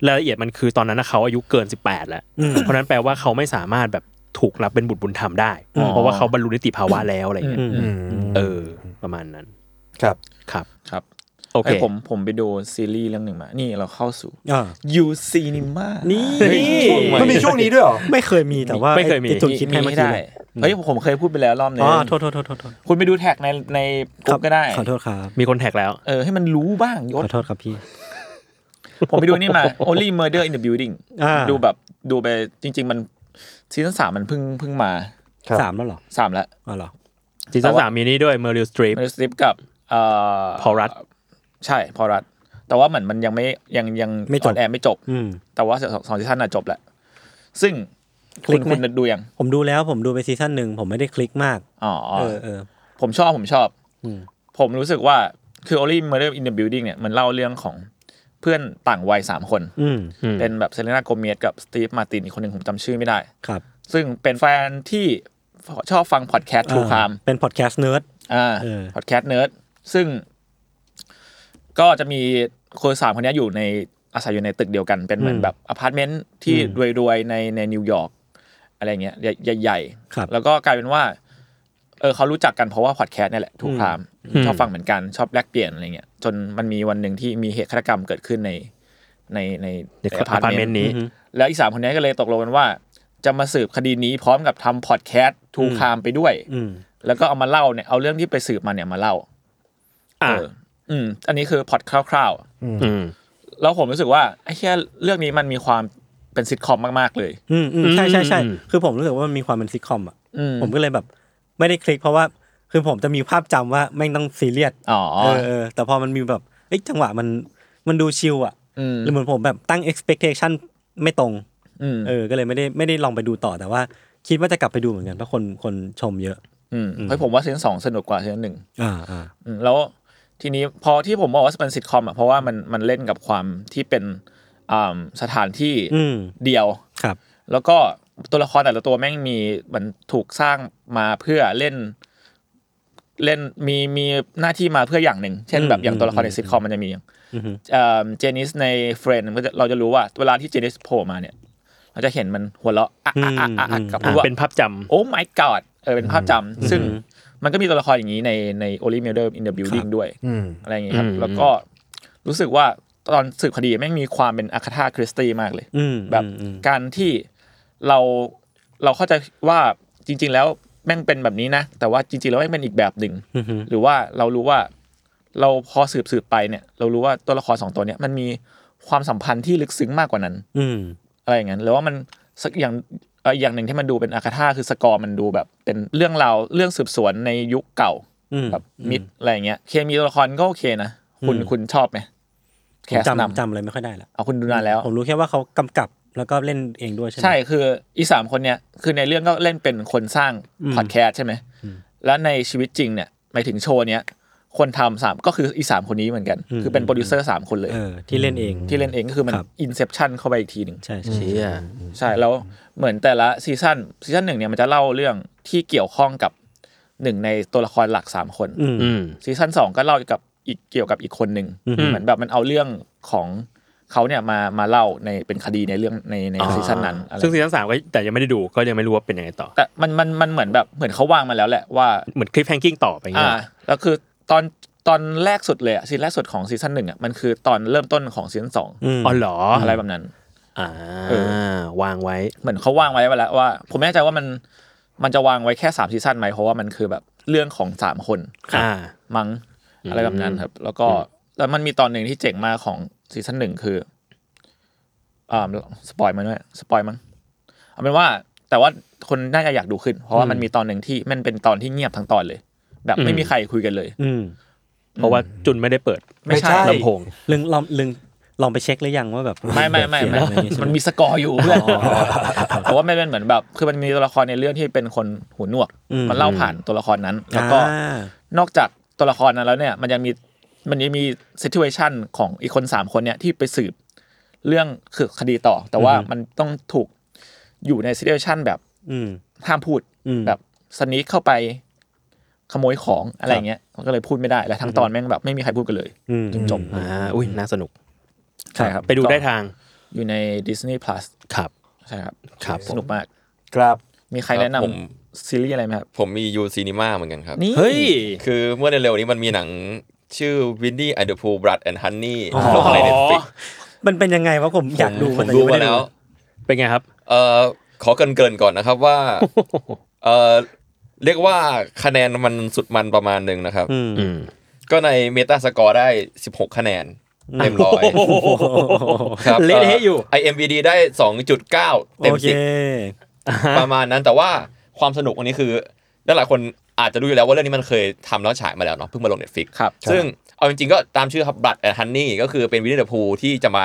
Speaker 4: รายละเอียดมันคือตอนนั้นน่ะเขาอายุเกิน 18 แล้ว
Speaker 2: อืม
Speaker 4: เพราะฉะนั้นแปลว่าเขาไม่สามารถแบบถูกรับเป็นบุตรบุญธรรมได้ เพราะว่าเขาบรรลุนิติภาวะแล้วอะไรเงี้ย
Speaker 2: อืม
Speaker 3: อืม
Speaker 4: เออ ประมาณนั้น
Speaker 3: ครับ
Speaker 4: ครับ
Speaker 5: ครับ
Speaker 4: โอ โอเค
Speaker 5: ไอ้ผมผมไปดูซีรีส์เรื่องหนึ่งมา นี่เราเข้าสู่
Speaker 2: อ่า
Speaker 5: You Cinema
Speaker 2: นี่
Speaker 5: ให
Speaker 3: มันมีช่วงนี้ด้วยเหรอ
Speaker 2: ไม่เคยมีแต่ว่า
Speaker 4: ไม่เคยมี
Speaker 2: อ้อ้จุดคิดให้เมื่อกี้
Speaker 5: ได้
Speaker 2: เลย
Speaker 5: เฮ้ยผมเคยพูดไปแล้วรอบนึง
Speaker 2: อ๋อโทษโทษโทษโทษโทษ
Speaker 5: คุณไปดูแท็กในในกลุ่มก็ได้
Speaker 2: ขอโทษครับ
Speaker 4: มีคนแท็กแล้ว
Speaker 5: เออให้มันรู้บ้างยศ
Speaker 2: ขอโทษครับพี่
Speaker 5: ผมไปดูนี่มา Only Murder in the Building
Speaker 2: อ่า
Speaker 5: ดูแบบดูไปจริง ๆ มันซีซั่นสามมันเพิ่งเพิ่งมา
Speaker 3: ครับ
Speaker 2: สามแล้วเหรอ
Speaker 5: สามแล้ว
Speaker 2: อ๋อเหรอ
Speaker 4: ซี
Speaker 5: แต่
Speaker 4: ซั่น
Speaker 5: ว่า
Speaker 4: สามมีนี่ด้วยเมอริลสตรีป
Speaker 5: มันสติปกับเอ่อ
Speaker 4: พอลรัด
Speaker 5: ใช่พอลรัด แต่ว่าเหมือนมันยังไม่ยังยัง
Speaker 2: ไม่จบ
Speaker 5: ออนแอร์ไม่จบ
Speaker 2: อืม
Speaker 5: แต่ว่าสองสองซีซั่นน่ะจบแล้ว ซึ่ง
Speaker 2: คลิ
Speaker 5: คุณ
Speaker 2: กไหม
Speaker 5: คุณดูยัง
Speaker 2: ผมดูแล้วผมดูไปซีซั่นหนึ่งผมไม่ได้คลิกมาก
Speaker 5: อ๋อ
Speaker 2: เออเออ
Speaker 5: ผมชอบผมชอบ
Speaker 2: อืม
Speaker 5: ผมรู้สึกว่าคือ Only Murder in the Building เนี่ยมันเล่าเรื่องของเพื่อนต่างวัยสามคน
Speaker 2: อืม
Speaker 5: เป็นแบบเซเลนาโกเมสกับสตีฟมาตินอีกคนหนึ่งผมจำชื่อไม่ได้
Speaker 2: ครับ
Speaker 5: ซึ่งเป็นแฟนที่ชอบฟังพอดแคสต์ทูคาม
Speaker 2: อ่าเป็นพอดแคสต์เนิร์ด
Speaker 5: อ่า
Speaker 2: เออ
Speaker 5: พอดแคสต์เนิร์ดซึ่ง ก็จะมีคนสามคนเนี้ยอยู่ในอาศัยอยู่ในตึกเดียวกัน เป็นเหมือนแบบอพาร์ตเมนต์ที่รวยๆในในนิวยอร์กอะไรเงี้ยใหญ่
Speaker 2: ครับ
Speaker 5: ๆแล้วก็กลายเป็นว่า เออเขารู้จักกันเพราะว่าพอดแคสต์เนี่ยแหละทุกครามชอบฟังเหมือนกันชอบแลกเปลี่ยนอะไรเงี้ยจนมันมีวันหนึ่งที่มีเหตุฆาตกรรมเกิดขึ้นในในใน
Speaker 4: ในอพาร์ตเมนต์นี้
Speaker 5: แล้วอีกสามคนเนี้ยก็เลยตกลงกันว่า จะมาสืบคดีนี้พร้อมกับทำพอดแคสต์ทูคามไปด้วย
Speaker 2: อืม
Speaker 5: แล้วก็เอามาเล่าเนี่ยเอาเรื่องที่ไปสืบมาเนี่ยมาเล่า
Speaker 4: อ่ะ
Speaker 5: เอออืม อันนี้คือพอดคร่าว
Speaker 4: อืม
Speaker 5: ๆ แล้วผมรู้สึกว่าไอ้แค่เรื่องนี้มันมีความเป็นซิทคอมมากๆเลย
Speaker 2: อืมอืมใช่ใช่ใช่
Speaker 4: อืม
Speaker 2: คือผมรู้สึกว่ามันมีความเป็นซิทคอมอ่ะ
Speaker 5: อืม
Speaker 2: ผมก็เลยแบบ ไม่ได้คลิกเพราะว่า คือผมจะมีภาพจำว่าแม่งต้องซีเรียส
Speaker 5: อ๋อ
Speaker 2: เออเออแต่พอมันมีแบบเอ้ยจังหวะมันมันดูชิลอ่ะ
Speaker 5: อืม
Speaker 2: หรือเหมือนผมแบบตั้ง expectation ไม่ตรง
Speaker 5: อืม
Speaker 2: เออ ก็เลยไม่ได้ไม่ได้ลองไปดูต่อแต่ว่า คิดว่าจะกลับไปดูเหมือนกันเพราะคนคนชมเยอะ
Speaker 5: อืมเฮ้ยผมว่าซีซั่นสองสนุกกว่าซีซั่นหนึ่ง
Speaker 2: อ่าอ่า
Speaker 5: อืมแล้วทีนี้พอที่ผมบอกว่าเป็นซิทคอมอ่ะเพราะว่ามันมันเล่นกับความที่เป็นอ่าสถานที่
Speaker 2: อืม
Speaker 5: เดียว
Speaker 2: ครับ
Speaker 5: แล้วก็ตัวละครแต่ละตัวแม่งมีมันถูกสร้างมาเพื่อเล่น เล่นมีมีหน้าที่มาเพื่ออย่างหนึ่ง เช่นแบบอย่างตัวละครในซิทคอมมันจะมีอย่าง
Speaker 2: อือฮึ
Speaker 5: เอ่อเจนิสในเฟรนด์เราจะรู้ว่า เวลาที่เจนิสโผล่มาเนี่ย เราจะเห็นมันหัวเราะอะอะอะอะอะกับ
Speaker 4: อ่ะ
Speaker 5: พูดว่า
Speaker 4: เป็นภาพจำ
Speaker 5: โอ้ my god เออเป็นภาพจำซึ่งมันก็มีตัวละครอย่างนี้ในใน Only Murder in the Building ด้วย
Speaker 3: อืม
Speaker 5: อะไรอย่างงี้ครับ แล้วก็รู้สึกว่าตอนสืบคดีแม่งมีความเป็นอาคาธาคริสตี้มากเลย
Speaker 2: อืม
Speaker 5: แบบ
Speaker 2: อืมอืม
Speaker 5: การที่เราเราเข้าใจว่าจริง ๆ แล้วแม่งเป็นแบบนี้นะ แต่ว่าจริง ๆ แล้วแม่งเป็นอีกแบบหนึ่ง
Speaker 2: อือฮึ
Speaker 5: หรือว่าเรารู้ว่าเราพอสืบสืบไปเนี่ย เรารู้ว่าตัวละครสองตัวเนี่ยมันมีความสัมพันธ์ที่ลึกซึ้งมากกว่านั้น
Speaker 2: อืม
Speaker 5: อะไรอย่างนั้นหรือว่ามันสักอย่างเอ่ออย่างหนึ่งที่มันดูเป็นอาคาธาคือสกอร์มันดูแบบเป็นเรื่องราวเรื่องสืบสวนในยุคเก่า
Speaker 2: อืม
Speaker 5: แบบมิดอะไรอย่างเงี้ยเคมีตัวละครก็โอเคนะคุณคุณชอบไหม
Speaker 2: ผ
Speaker 5: แค
Speaker 2: ม
Speaker 5: สต์
Speaker 2: จำ
Speaker 5: นำ
Speaker 2: จำอะไรไม่ค่อยได้ละ
Speaker 5: เอาคุณดูนานแล้ว
Speaker 2: ผมรู้แค่ว่าเขากำกับแล้วก็เล่นเองด้วยใช่ไหม
Speaker 5: ใช่คืออีสามคนเนี่ยคือในเรื่องก็เล่นเป็นคนสร้าง
Speaker 2: อืม
Speaker 5: พอดแคสต์ใช่ไหมแล้วในชีวิตจริงเนี่ยหมายถึงโชว์เนี้ยคนทำสามก็คืออีสามคนนี้เหมือนกัน คือเป็นโปรดิวเซอร์สามคนเลย
Speaker 2: เออที่เล่นเอง
Speaker 5: ที่เล่นเองก็คือมัน
Speaker 2: ครับ
Speaker 5: อินเซพชันเข้าไปอีกทีหนึ่ง
Speaker 2: ใช่
Speaker 4: เชี่
Speaker 2: ใช่
Speaker 4: ย
Speaker 5: ใช่แล้วเหมือนแต่ละซีซั่นซีซั่นหนึ่งเนี่ยมันจะเล่าเรื่องที่เกี่ยวข้องกับหนึ่งในตัวละครหลักสามคน
Speaker 2: อืม
Speaker 4: อืม
Speaker 5: ซีซั่นสองก็เล่ากับอีกเกี่ยวกับอีกคนหนึ่ง
Speaker 2: อืม
Speaker 5: เหมือนแบบมันเอาเรื่องของเขาเนี่ยมามาเล่าในเป็นคดีในเรื่องในใน
Speaker 4: อ๋อ
Speaker 5: ซีซั่นนั้นอะไร
Speaker 4: ซึ่งซีซั่นสามก็แต่ยังไม่ได้ดูก็ยังไม่รู้ว่าเป็นยังไงต่อ
Speaker 5: แต่มันมันมันเหมือนแบบเหมือนเขาวางมาแล้วแหละว่า
Speaker 4: เหมือนคลิปแฮงกิ้งต่อไปอย่างเงี้
Speaker 5: อ่าย แล้วคือตอนตอนแรกสุดเลยอะซีนแรกสุดของซีซั่นหนึ่งอะมันคือตอนเริ่มต้นของซีซั่นสอง
Speaker 2: ม
Speaker 4: อ๋อเหรออ
Speaker 5: อะไรแบบนั้น
Speaker 4: อ่า
Speaker 5: เออ
Speaker 4: วางไว้
Speaker 5: เหมือนเขาวางไว้ไปแล้วว่า ผมไม่แน่ใจว่ามันมันจะวางไว้แค่สามซีซั่นไหมเพราะว่ามันคือแบบเรื่องของสามคน
Speaker 4: อ่า
Speaker 5: มั้งอะไรแบบนั้นครับ แล้วก็แล้วมันมีตอนหนึ่งที่เจ๋งมากของซีซั่นหนึ่งคืออ่าสปอยมาด้วยสปอยมั้งเอาเป็นว่า แต่ว่าคนน่าจะอยากดูขึ้น เพราะว่ามันมีตอนหนึ่งที่มันเป็นตอนที่เงียบทั้งตอนเลย แบบไม่มีใครคุยกันเลย
Speaker 2: อืม
Speaker 4: เพราะว่าจุนไม่ได้เปิด
Speaker 5: ไม่ใช่
Speaker 4: ลำโพง
Speaker 2: ลึงลองลึงลองไปเช็คหรือยังว่าแบบ
Speaker 5: ไม่ไม่ไม่ไม่
Speaker 2: เสียงอะไรอย่างงี้ใช่ไห
Speaker 5: มันมีสกอร์อยู่เพื่อนเพราะว่าไม่เป็นเหมือนแบบ คือมันมีตัวละครในเรื่องที่เป็นคนหูหนวก มันเล่าผ่านตัวละครนั้น แล้วก็
Speaker 2: อ่าน
Speaker 5: อกจากตัวละครนั้นแล้วเนี่ย มันยังมีมันยังมีซิทูเอชันของอีกคนสามคนเนี่ยที่ไปสืบเรื่องคือคดีต่อ แต่ว่ามันต้องถูกอยู่ในซิทูเอชันแบบ
Speaker 2: อืม
Speaker 5: ห้ามพูด
Speaker 2: อืม
Speaker 5: แบบสนิทเข้าไปขโมยของอะไรอย่างเงี้ยมันก็เลยพูดไม่ได้และทั้งตอนแม่งแบบไม่มีใครพูดกันเลย
Speaker 2: อืม
Speaker 5: จนจบ
Speaker 4: อ่า อุ้ยน่าสนุก
Speaker 5: ใช่ครับ
Speaker 4: ไปดูได้ทาง
Speaker 5: อยู่ใน Disney Plus
Speaker 4: ครับ
Speaker 5: ใช่ครับ
Speaker 4: ครับ
Speaker 5: สนุกมาก
Speaker 3: ครับ
Speaker 5: มีใครแนะนำ
Speaker 6: ผม
Speaker 5: ซีรีส์อะไรไหมครับ
Speaker 6: ผมมียูซีนิมาเหมือนกันครับ
Speaker 5: นี่
Speaker 4: เฮ้ย
Speaker 6: คือเมื่อเร็วๆนี้มันมีหนัง ชื่อวินนี่แอนเดอร์พูลบรัดแอนด์ฮันนี่
Speaker 2: อ๋อ
Speaker 6: ลงในเน็ตฟิก
Speaker 2: มันเป็นยังไงวะผมอยากดู
Speaker 6: ผม
Speaker 2: แต่
Speaker 6: ดู
Speaker 2: ยัง
Speaker 6: มา
Speaker 2: ไได้
Speaker 6: แล้ว
Speaker 4: เป็นไงครับ
Speaker 6: เอ่อขอเกรินเกินๆก่อนนะครับ ว่า เอ่อเรียกว่าคะแนนมันสุดมันประมาณหนึ่งนะครับ
Speaker 2: อืม
Speaker 4: อืม
Speaker 6: ก็ในเมตาสกอร์ได้ 16 คะแนน เต็มร้อยครับ
Speaker 4: เละเทะอยู่
Speaker 6: ไอเอ็มบีดีได้ 2.9 เต็ม
Speaker 2: โอเค
Speaker 6: สิบประมาณนั้นแต่ว่าความสนุกอันนี้คือหลายๆคนอาจจะรู้อยู่แล้วว่าเรื่องนี้มันเคยทำแล้วฉายมาแล้วเนาะเพิ่งมาลงเน็ตฟิก
Speaker 5: ครับ
Speaker 6: ซึ่งเอาจริงๆก็ตามชื่อครับบัตแอนฮันนี่ก็คือเป็นวินนี่เดอะพูที่จะมา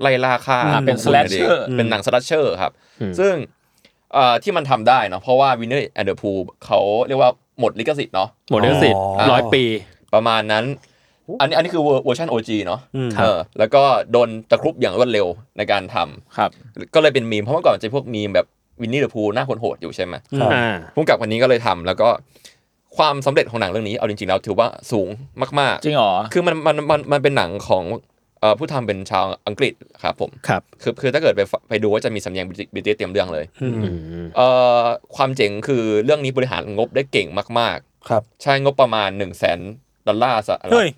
Speaker 6: ไล่ล่าฆ่า
Speaker 5: อ่าเป็น
Speaker 6: ผู้ย
Speaker 5: slasher
Speaker 6: เป็นหนังสลัชเชอร์ครับ
Speaker 4: อืม
Speaker 6: ซึ่งเอ่อที่มันทำได้เนาะเพราะว่าวินเนอร์แอนเดอร์พูเขาเรียกว่าหมดลิขสิทธิ์เนาะ
Speaker 4: หมดเรื่องสิทธิ์
Speaker 3: อ๋อ
Speaker 4: ร้อยปี
Speaker 6: ประมาณนั้น อันนี้อันนี้คือเวอร์เวอร์ชัน OG เนาะ
Speaker 2: อืม
Speaker 6: เออแล้วก็โดนตะครุบอย่างรวดเร็วในการทำ
Speaker 5: ครับ
Speaker 6: ก็เลยเป็นมีม เพราะเมื่อก่อนจะพวกมีมแบบวินนี่เดอะพูหน้าคนโหดอยู่ใช่ไหม
Speaker 2: ครับ
Speaker 4: อ่า
Speaker 6: พุ่งกับคนนี้ก็เลยทำแล้วก็ความสำเร็จของหนังเรื่องนี้เอาจริงๆแล้วถือว่าสูงมาก
Speaker 5: จริงเหรอ
Speaker 6: ๆ คือมันมันมันมันเป็นหนังของเอ่อผู้ทำเป็นชาวอังกฤษครับผม
Speaker 4: ครับ
Speaker 6: คือคือถ้าเกิดไปฟังไปดูว่าจะมีสำเนียงบิติเตรียมเรื่องเลย
Speaker 2: อืม
Speaker 4: อืม
Speaker 6: เอ่อความเจ๋งคือเรื่องนี้บริหารงบได้เก่งมาก
Speaker 3: ครับ
Speaker 6: ๆ ใช้งบประมาณ1นึ่งแสนดอลลาร์สหรัฐ
Speaker 2: เฮ้ย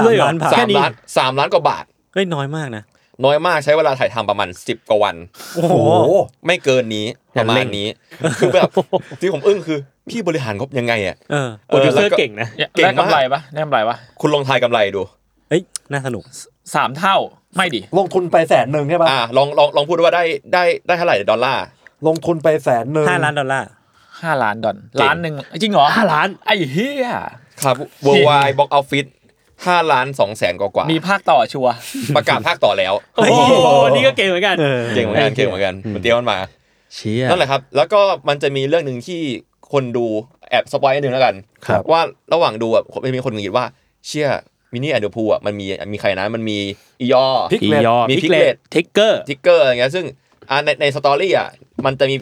Speaker 2: สามล้านบาท
Speaker 6: สามล้านสามล้านกว่าบาท
Speaker 2: เฮ้ยน้อยมากนะ
Speaker 6: น้อยมากใช้เวลาถ่ายทำประมาณ 10 กว่าวัน
Speaker 2: โอ้
Speaker 3: โอ้
Speaker 2: โห
Speaker 3: โห
Speaker 6: ไม่เกินนี้
Speaker 4: อ
Speaker 6: ป
Speaker 4: ย่าง
Speaker 6: ระมา
Speaker 4: เร่
Speaker 6: ณ
Speaker 4: ง
Speaker 6: นี้ คือแบบ ที่ผมอึ้งคือ พี่บริหารงบยังไงอ่ะ
Speaker 2: เออ
Speaker 4: โปรดิวเซอ
Speaker 6: แล้
Speaker 4: ร์
Speaker 6: วก็
Speaker 4: เก่งนะ
Speaker 6: เก่ง
Speaker 5: ได้
Speaker 6: มาก
Speaker 5: กำไรปะได้กำไรปะ
Speaker 6: คุณลองทายกำไรดู
Speaker 2: เอ้ยน่าสนุก
Speaker 5: สามเท่าไม่ดิ
Speaker 3: ลงทุนไปแสนหนึ่งใช่ปะ
Speaker 6: อ่าลองลองลองพูดว่าได้ได้ได้เท่าไหร่ดอลลาร์
Speaker 3: ลงทุนไปแสนหนึ่ง
Speaker 2: ห้าล้านดอลลาร์
Speaker 5: ห้าล้านดอล
Speaker 6: เก่ง
Speaker 5: ล้านหนึ่งจริงเหรอห้าล้านไอ้เฮีย
Speaker 6: ครับ worldwide box office ห้าล้านสองแสนกว่ากว่า
Speaker 5: มีภาคต่อชัวร์
Speaker 6: ประกาศภาคต่อแล้ว
Speaker 4: โอ้โห นี่ก็เก่งเหมือนกัน
Speaker 2: เออ
Speaker 6: เก่งเหมือนกันเก่งเหมือนกันมันเตรียมมันมา
Speaker 4: เชี่ย
Speaker 6: นั่นแหละครับ แล้วก็มันจะมีเรื่องหนึ่งที่คนดูแอบสปอยนิดนึงแล้วกัน
Speaker 4: ครับ
Speaker 6: ว่าระหว่างดูอ่ะมันมีคนหนึ่งคิดว่า เชื่อมินี่แอนเดอร์พูลอ่ะมันมีมีใครนะมันมีอียอ
Speaker 3: พลิก
Speaker 4: อี
Speaker 3: เลย
Speaker 4: ยอ
Speaker 6: มี
Speaker 4: พิกเล
Speaker 6: Piglet
Speaker 4: ตทิกเกอร์
Speaker 6: ทิกเกอร์อะไรเงี้ยซึ่งอ่าในในสตอรี่อ่ะมันจะมี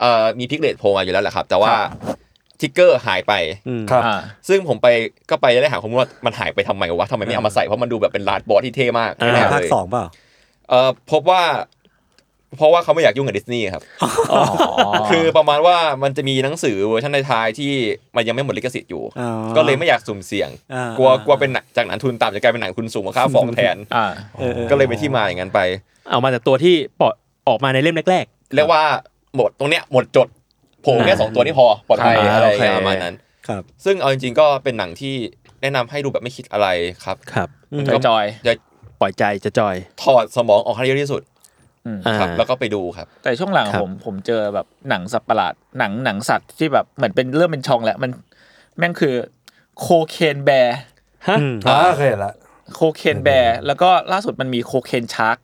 Speaker 6: เอ่อมีพิกเลตโผล่มาอยู่แล้วแหละครับ แต่ว่า
Speaker 5: ครับ
Speaker 6: ทิกเกอร์หายไป
Speaker 2: อืม
Speaker 3: ครับ
Speaker 5: อ่า
Speaker 6: ซึ่งผมไปก็ไปได้หาข้อมูลว่ามันหายไปทำไมวะทำไมไม่เอามาใส่เพราะมันดูแบบเป็นลาดบอสที่เท่มาก
Speaker 4: อ่า
Speaker 6: แน่
Speaker 2: ภาค
Speaker 6: เลย
Speaker 2: สองเปล่า
Speaker 6: เอ่อพบว่าเพราะว่าเขาไม่อยากยุ่งกับดิสนีย์ครับ
Speaker 5: อ๋อ
Speaker 6: คือประมาณว่ามันจะมีหนังสือเวอร์ชันในไทยที่มันยังไม่หมดลิขสิทธิ์อยู่
Speaker 2: อ๋อ
Speaker 6: ก็เลยไม่อยากสุ่มเสี่ยง
Speaker 2: อ่าก
Speaker 6: ลัวกลัวเป็นหนังจากหนังทุนต่ำจะกลายเป็นหนังคุณสูงกว่าค่าฟ้องแทน
Speaker 5: อ่า
Speaker 2: เออเออ
Speaker 6: ก็เลยไปนที่มาอย่างนั้นไป
Speaker 4: เอามาจากตัวที่ปล่อยออกมาในเล่มแรก
Speaker 6: เรียกว่าหมดตรงเนี้ยหมดจดโผล่แค่
Speaker 4: อ่า
Speaker 6: สองตัวนี่พอปลอดภัย
Speaker 5: อ่า
Speaker 6: อะไร
Speaker 5: โอเค
Speaker 6: ประมาณนั้น
Speaker 2: ครับ
Speaker 6: ซึ่งเอาจริงๆก็เป็นหนังที่แนะนำให้ดูแบบไม่คิดอะไรครับ
Speaker 4: ๆ ครับ
Speaker 5: จอยจอย
Speaker 4: ปล่อยใจจะจอย
Speaker 6: ถอดสมองออกให้เยอะที่สุด
Speaker 5: อืม
Speaker 4: อ่า
Speaker 6: ครับ แล้วก็ไปดูครับ
Speaker 5: แต่ช่วงหลัง
Speaker 4: ครับ
Speaker 5: ผมผมเจอแบบหนังสัตว์ประหลาดหนังหนังสัตว์ที่แบบเหมือนเป็นเริ่มเป็นช่องแหละมันแม่งคือโคเคนแบร์
Speaker 4: ฮะ
Speaker 2: อืม
Speaker 3: อ่าเคยเห็นละ
Speaker 5: โคเคนแบร์แล้วก็ล่าสุดมันมีโคเคนชาร์ก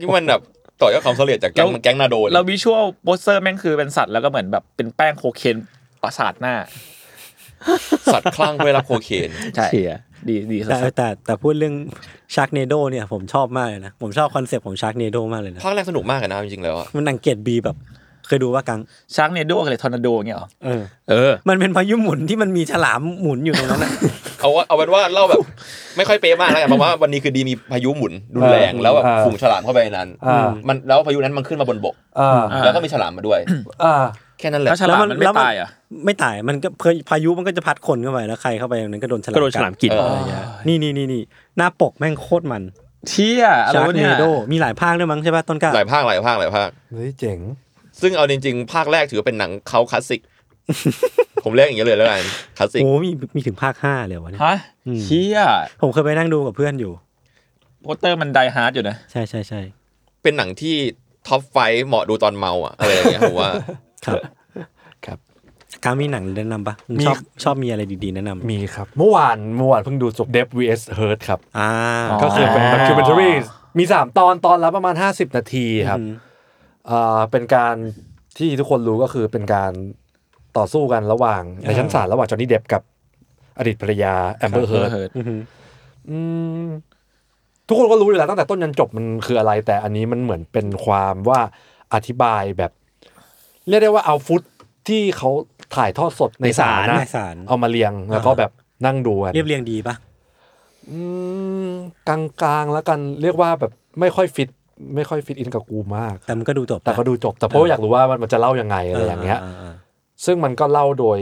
Speaker 6: ที่มันแบบต่อยอดความสำเร็จจากแก๊งแก๊งนาโดน
Speaker 5: แล้ววิชวลโปสเตอร์แม่งคือเป็นสัตว์แล้วก็เหมือนแบบเป็นแป้งโคเคนประสาทหน้า
Speaker 6: สัตว์คลั่งเวลาโคเคน
Speaker 5: ใช่
Speaker 4: เชี่ย
Speaker 5: ดีดีสั
Speaker 2: แต่
Speaker 5: ส
Speaker 2: แต่แต่พูดเรื่องชาร์กเนโดเนี่ยผมชอบมากเลยนะ ผมชอบคอนเซปต์ของชาร์กเนโดมากเลยนะ
Speaker 6: ภาคแรกสนุกมากเลยนะจริงๆแล้วอะ
Speaker 2: มันอังเกตบีแบบ เคยดูว่ากัง
Speaker 5: ช้างเนโดกับเลยทอร์นาโดอย่างเงี้ยเหรอ
Speaker 2: เออ
Speaker 4: เออ
Speaker 2: มันเป็นพายุหมุนที่มันมีฉลามหมุนอยู่ในนั้นนะ
Speaker 6: เอาว่าเอาเป็นว่าเล่าแบบ ไม่ค่อยเป๊ะมากแล้วกันเพราะว่าวันนี้คือดีมีพายุหมุนรุนแรงแล้วแบบฝูงฉลามเข้าไปในนั้น
Speaker 3: อ่า
Speaker 6: มันแล้วพายุนั้นมันขึ้นมาบนบก
Speaker 3: อ่า
Speaker 5: อ่า
Speaker 6: แล้วก็มีฉลามมาด้วย
Speaker 3: อ่า
Speaker 6: แค่นั้นแห
Speaker 5: แล้
Speaker 6: ละ
Speaker 5: วฉลามมันไม่
Speaker 2: แล้วมัน
Speaker 5: ตายเหรอ่ะ
Speaker 2: ไม่ตายมันก็เพยพายุมันก็จะพัดคนเข้าไปแล้วใครเข้าไปอย่างนั้นก็โดนฉลาม
Speaker 4: ก็โดนฉลามกิน
Speaker 6: เออ
Speaker 2: นี่นี่นี่นี่หน้าปกแม่งโคตรมัน
Speaker 5: เชี่ยอะไร
Speaker 2: ชาร์
Speaker 5: วะ
Speaker 2: กเน
Speaker 5: เนี่ย
Speaker 2: โดมีหลายภาคด้วยมั้งใช่ป่ะต้นกล้า
Speaker 6: หลายภาคหลายภาคหลายภาค
Speaker 3: เฮ้ยเจ๋ง
Speaker 6: ซึ่งเอาจริงๆ ภาคแรกถือว่าเป็นหนังเขาคลาสสิก ผมเรียกอย่างนี้เลยแล้วกันคลาสสิก
Speaker 2: โอ้มีมีถึงภาคห้าเลยวะเนี่ย
Speaker 5: ฮะ
Speaker 2: อืม
Speaker 5: เชี่ย
Speaker 2: ผมเคยไปนั่งดูกับเพื่อนอยู่
Speaker 5: โปสเตอร์มันไดฮาร์ดอยู่นะ
Speaker 2: ใช่ใช่ใช่
Speaker 6: เป็นหนังที่ท็อปไฟว์เหมาะดูตอนเมาอะอะไรอย่างเงี้ยผมว่า
Speaker 2: ครับ
Speaker 3: ครับ
Speaker 2: การมีหนังแนะนำปะผม
Speaker 3: มี
Speaker 2: ชอบชอบมีอะไรดีๆแนะนำ
Speaker 3: มีครับ เมื่อวานเมื่อวานเพิ่งดูจบ Dev vs Hurt ครับ
Speaker 2: อ่า
Speaker 5: อ๋อ
Speaker 3: ก็คือเป็น documentary มี 3 ตอนตอนละประมาณ 50 นาทีครับ
Speaker 2: อืม
Speaker 3: อ่าเป็นการที่ทุกคนรู้ก็คือเป็นการต่อสู้กันระหว่างในชั้นศาลระหว่างจอห์นนี่เดฟกับอดีตภรรยาแอมเบอร์เฮิร์ต
Speaker 5: Heard
Speaker 3: อืมทุกคนก็รู้อยู่แล้วตั้งแต่ต้นยันจบมันคืออะไร แต่อันนี้มันเหมือนเป็นความว่าอธิบายแบบ เรียกได้ว่าเอาฟุตที่เขาถ่ายทอดสดในศาลนะ
Speaker 2: ในศาล
Speaker 3: เอามาเรียงแล้วก็แบบนั่งดูกัน
Speaker 2: เรียบเรียงดีปะ
Speaker 3: อืมกลางๆแล้วกันเรียกว่าแบบไม่ค่อยฟิต ไม่ค่อยฟิตอินกับกูมาก
Speaker 2: แต่มันก็ดูจบ
Speaker 3: แต่ก็ดูจบ แต่เพราะว่าอยากรู้ว่ามันจะเล่ายังไงอะไรอย่างเงี้ย
Speaker 2: อ่าอ่าอ่า
Speaker 3: ซึ่งมันก็เล่าโดย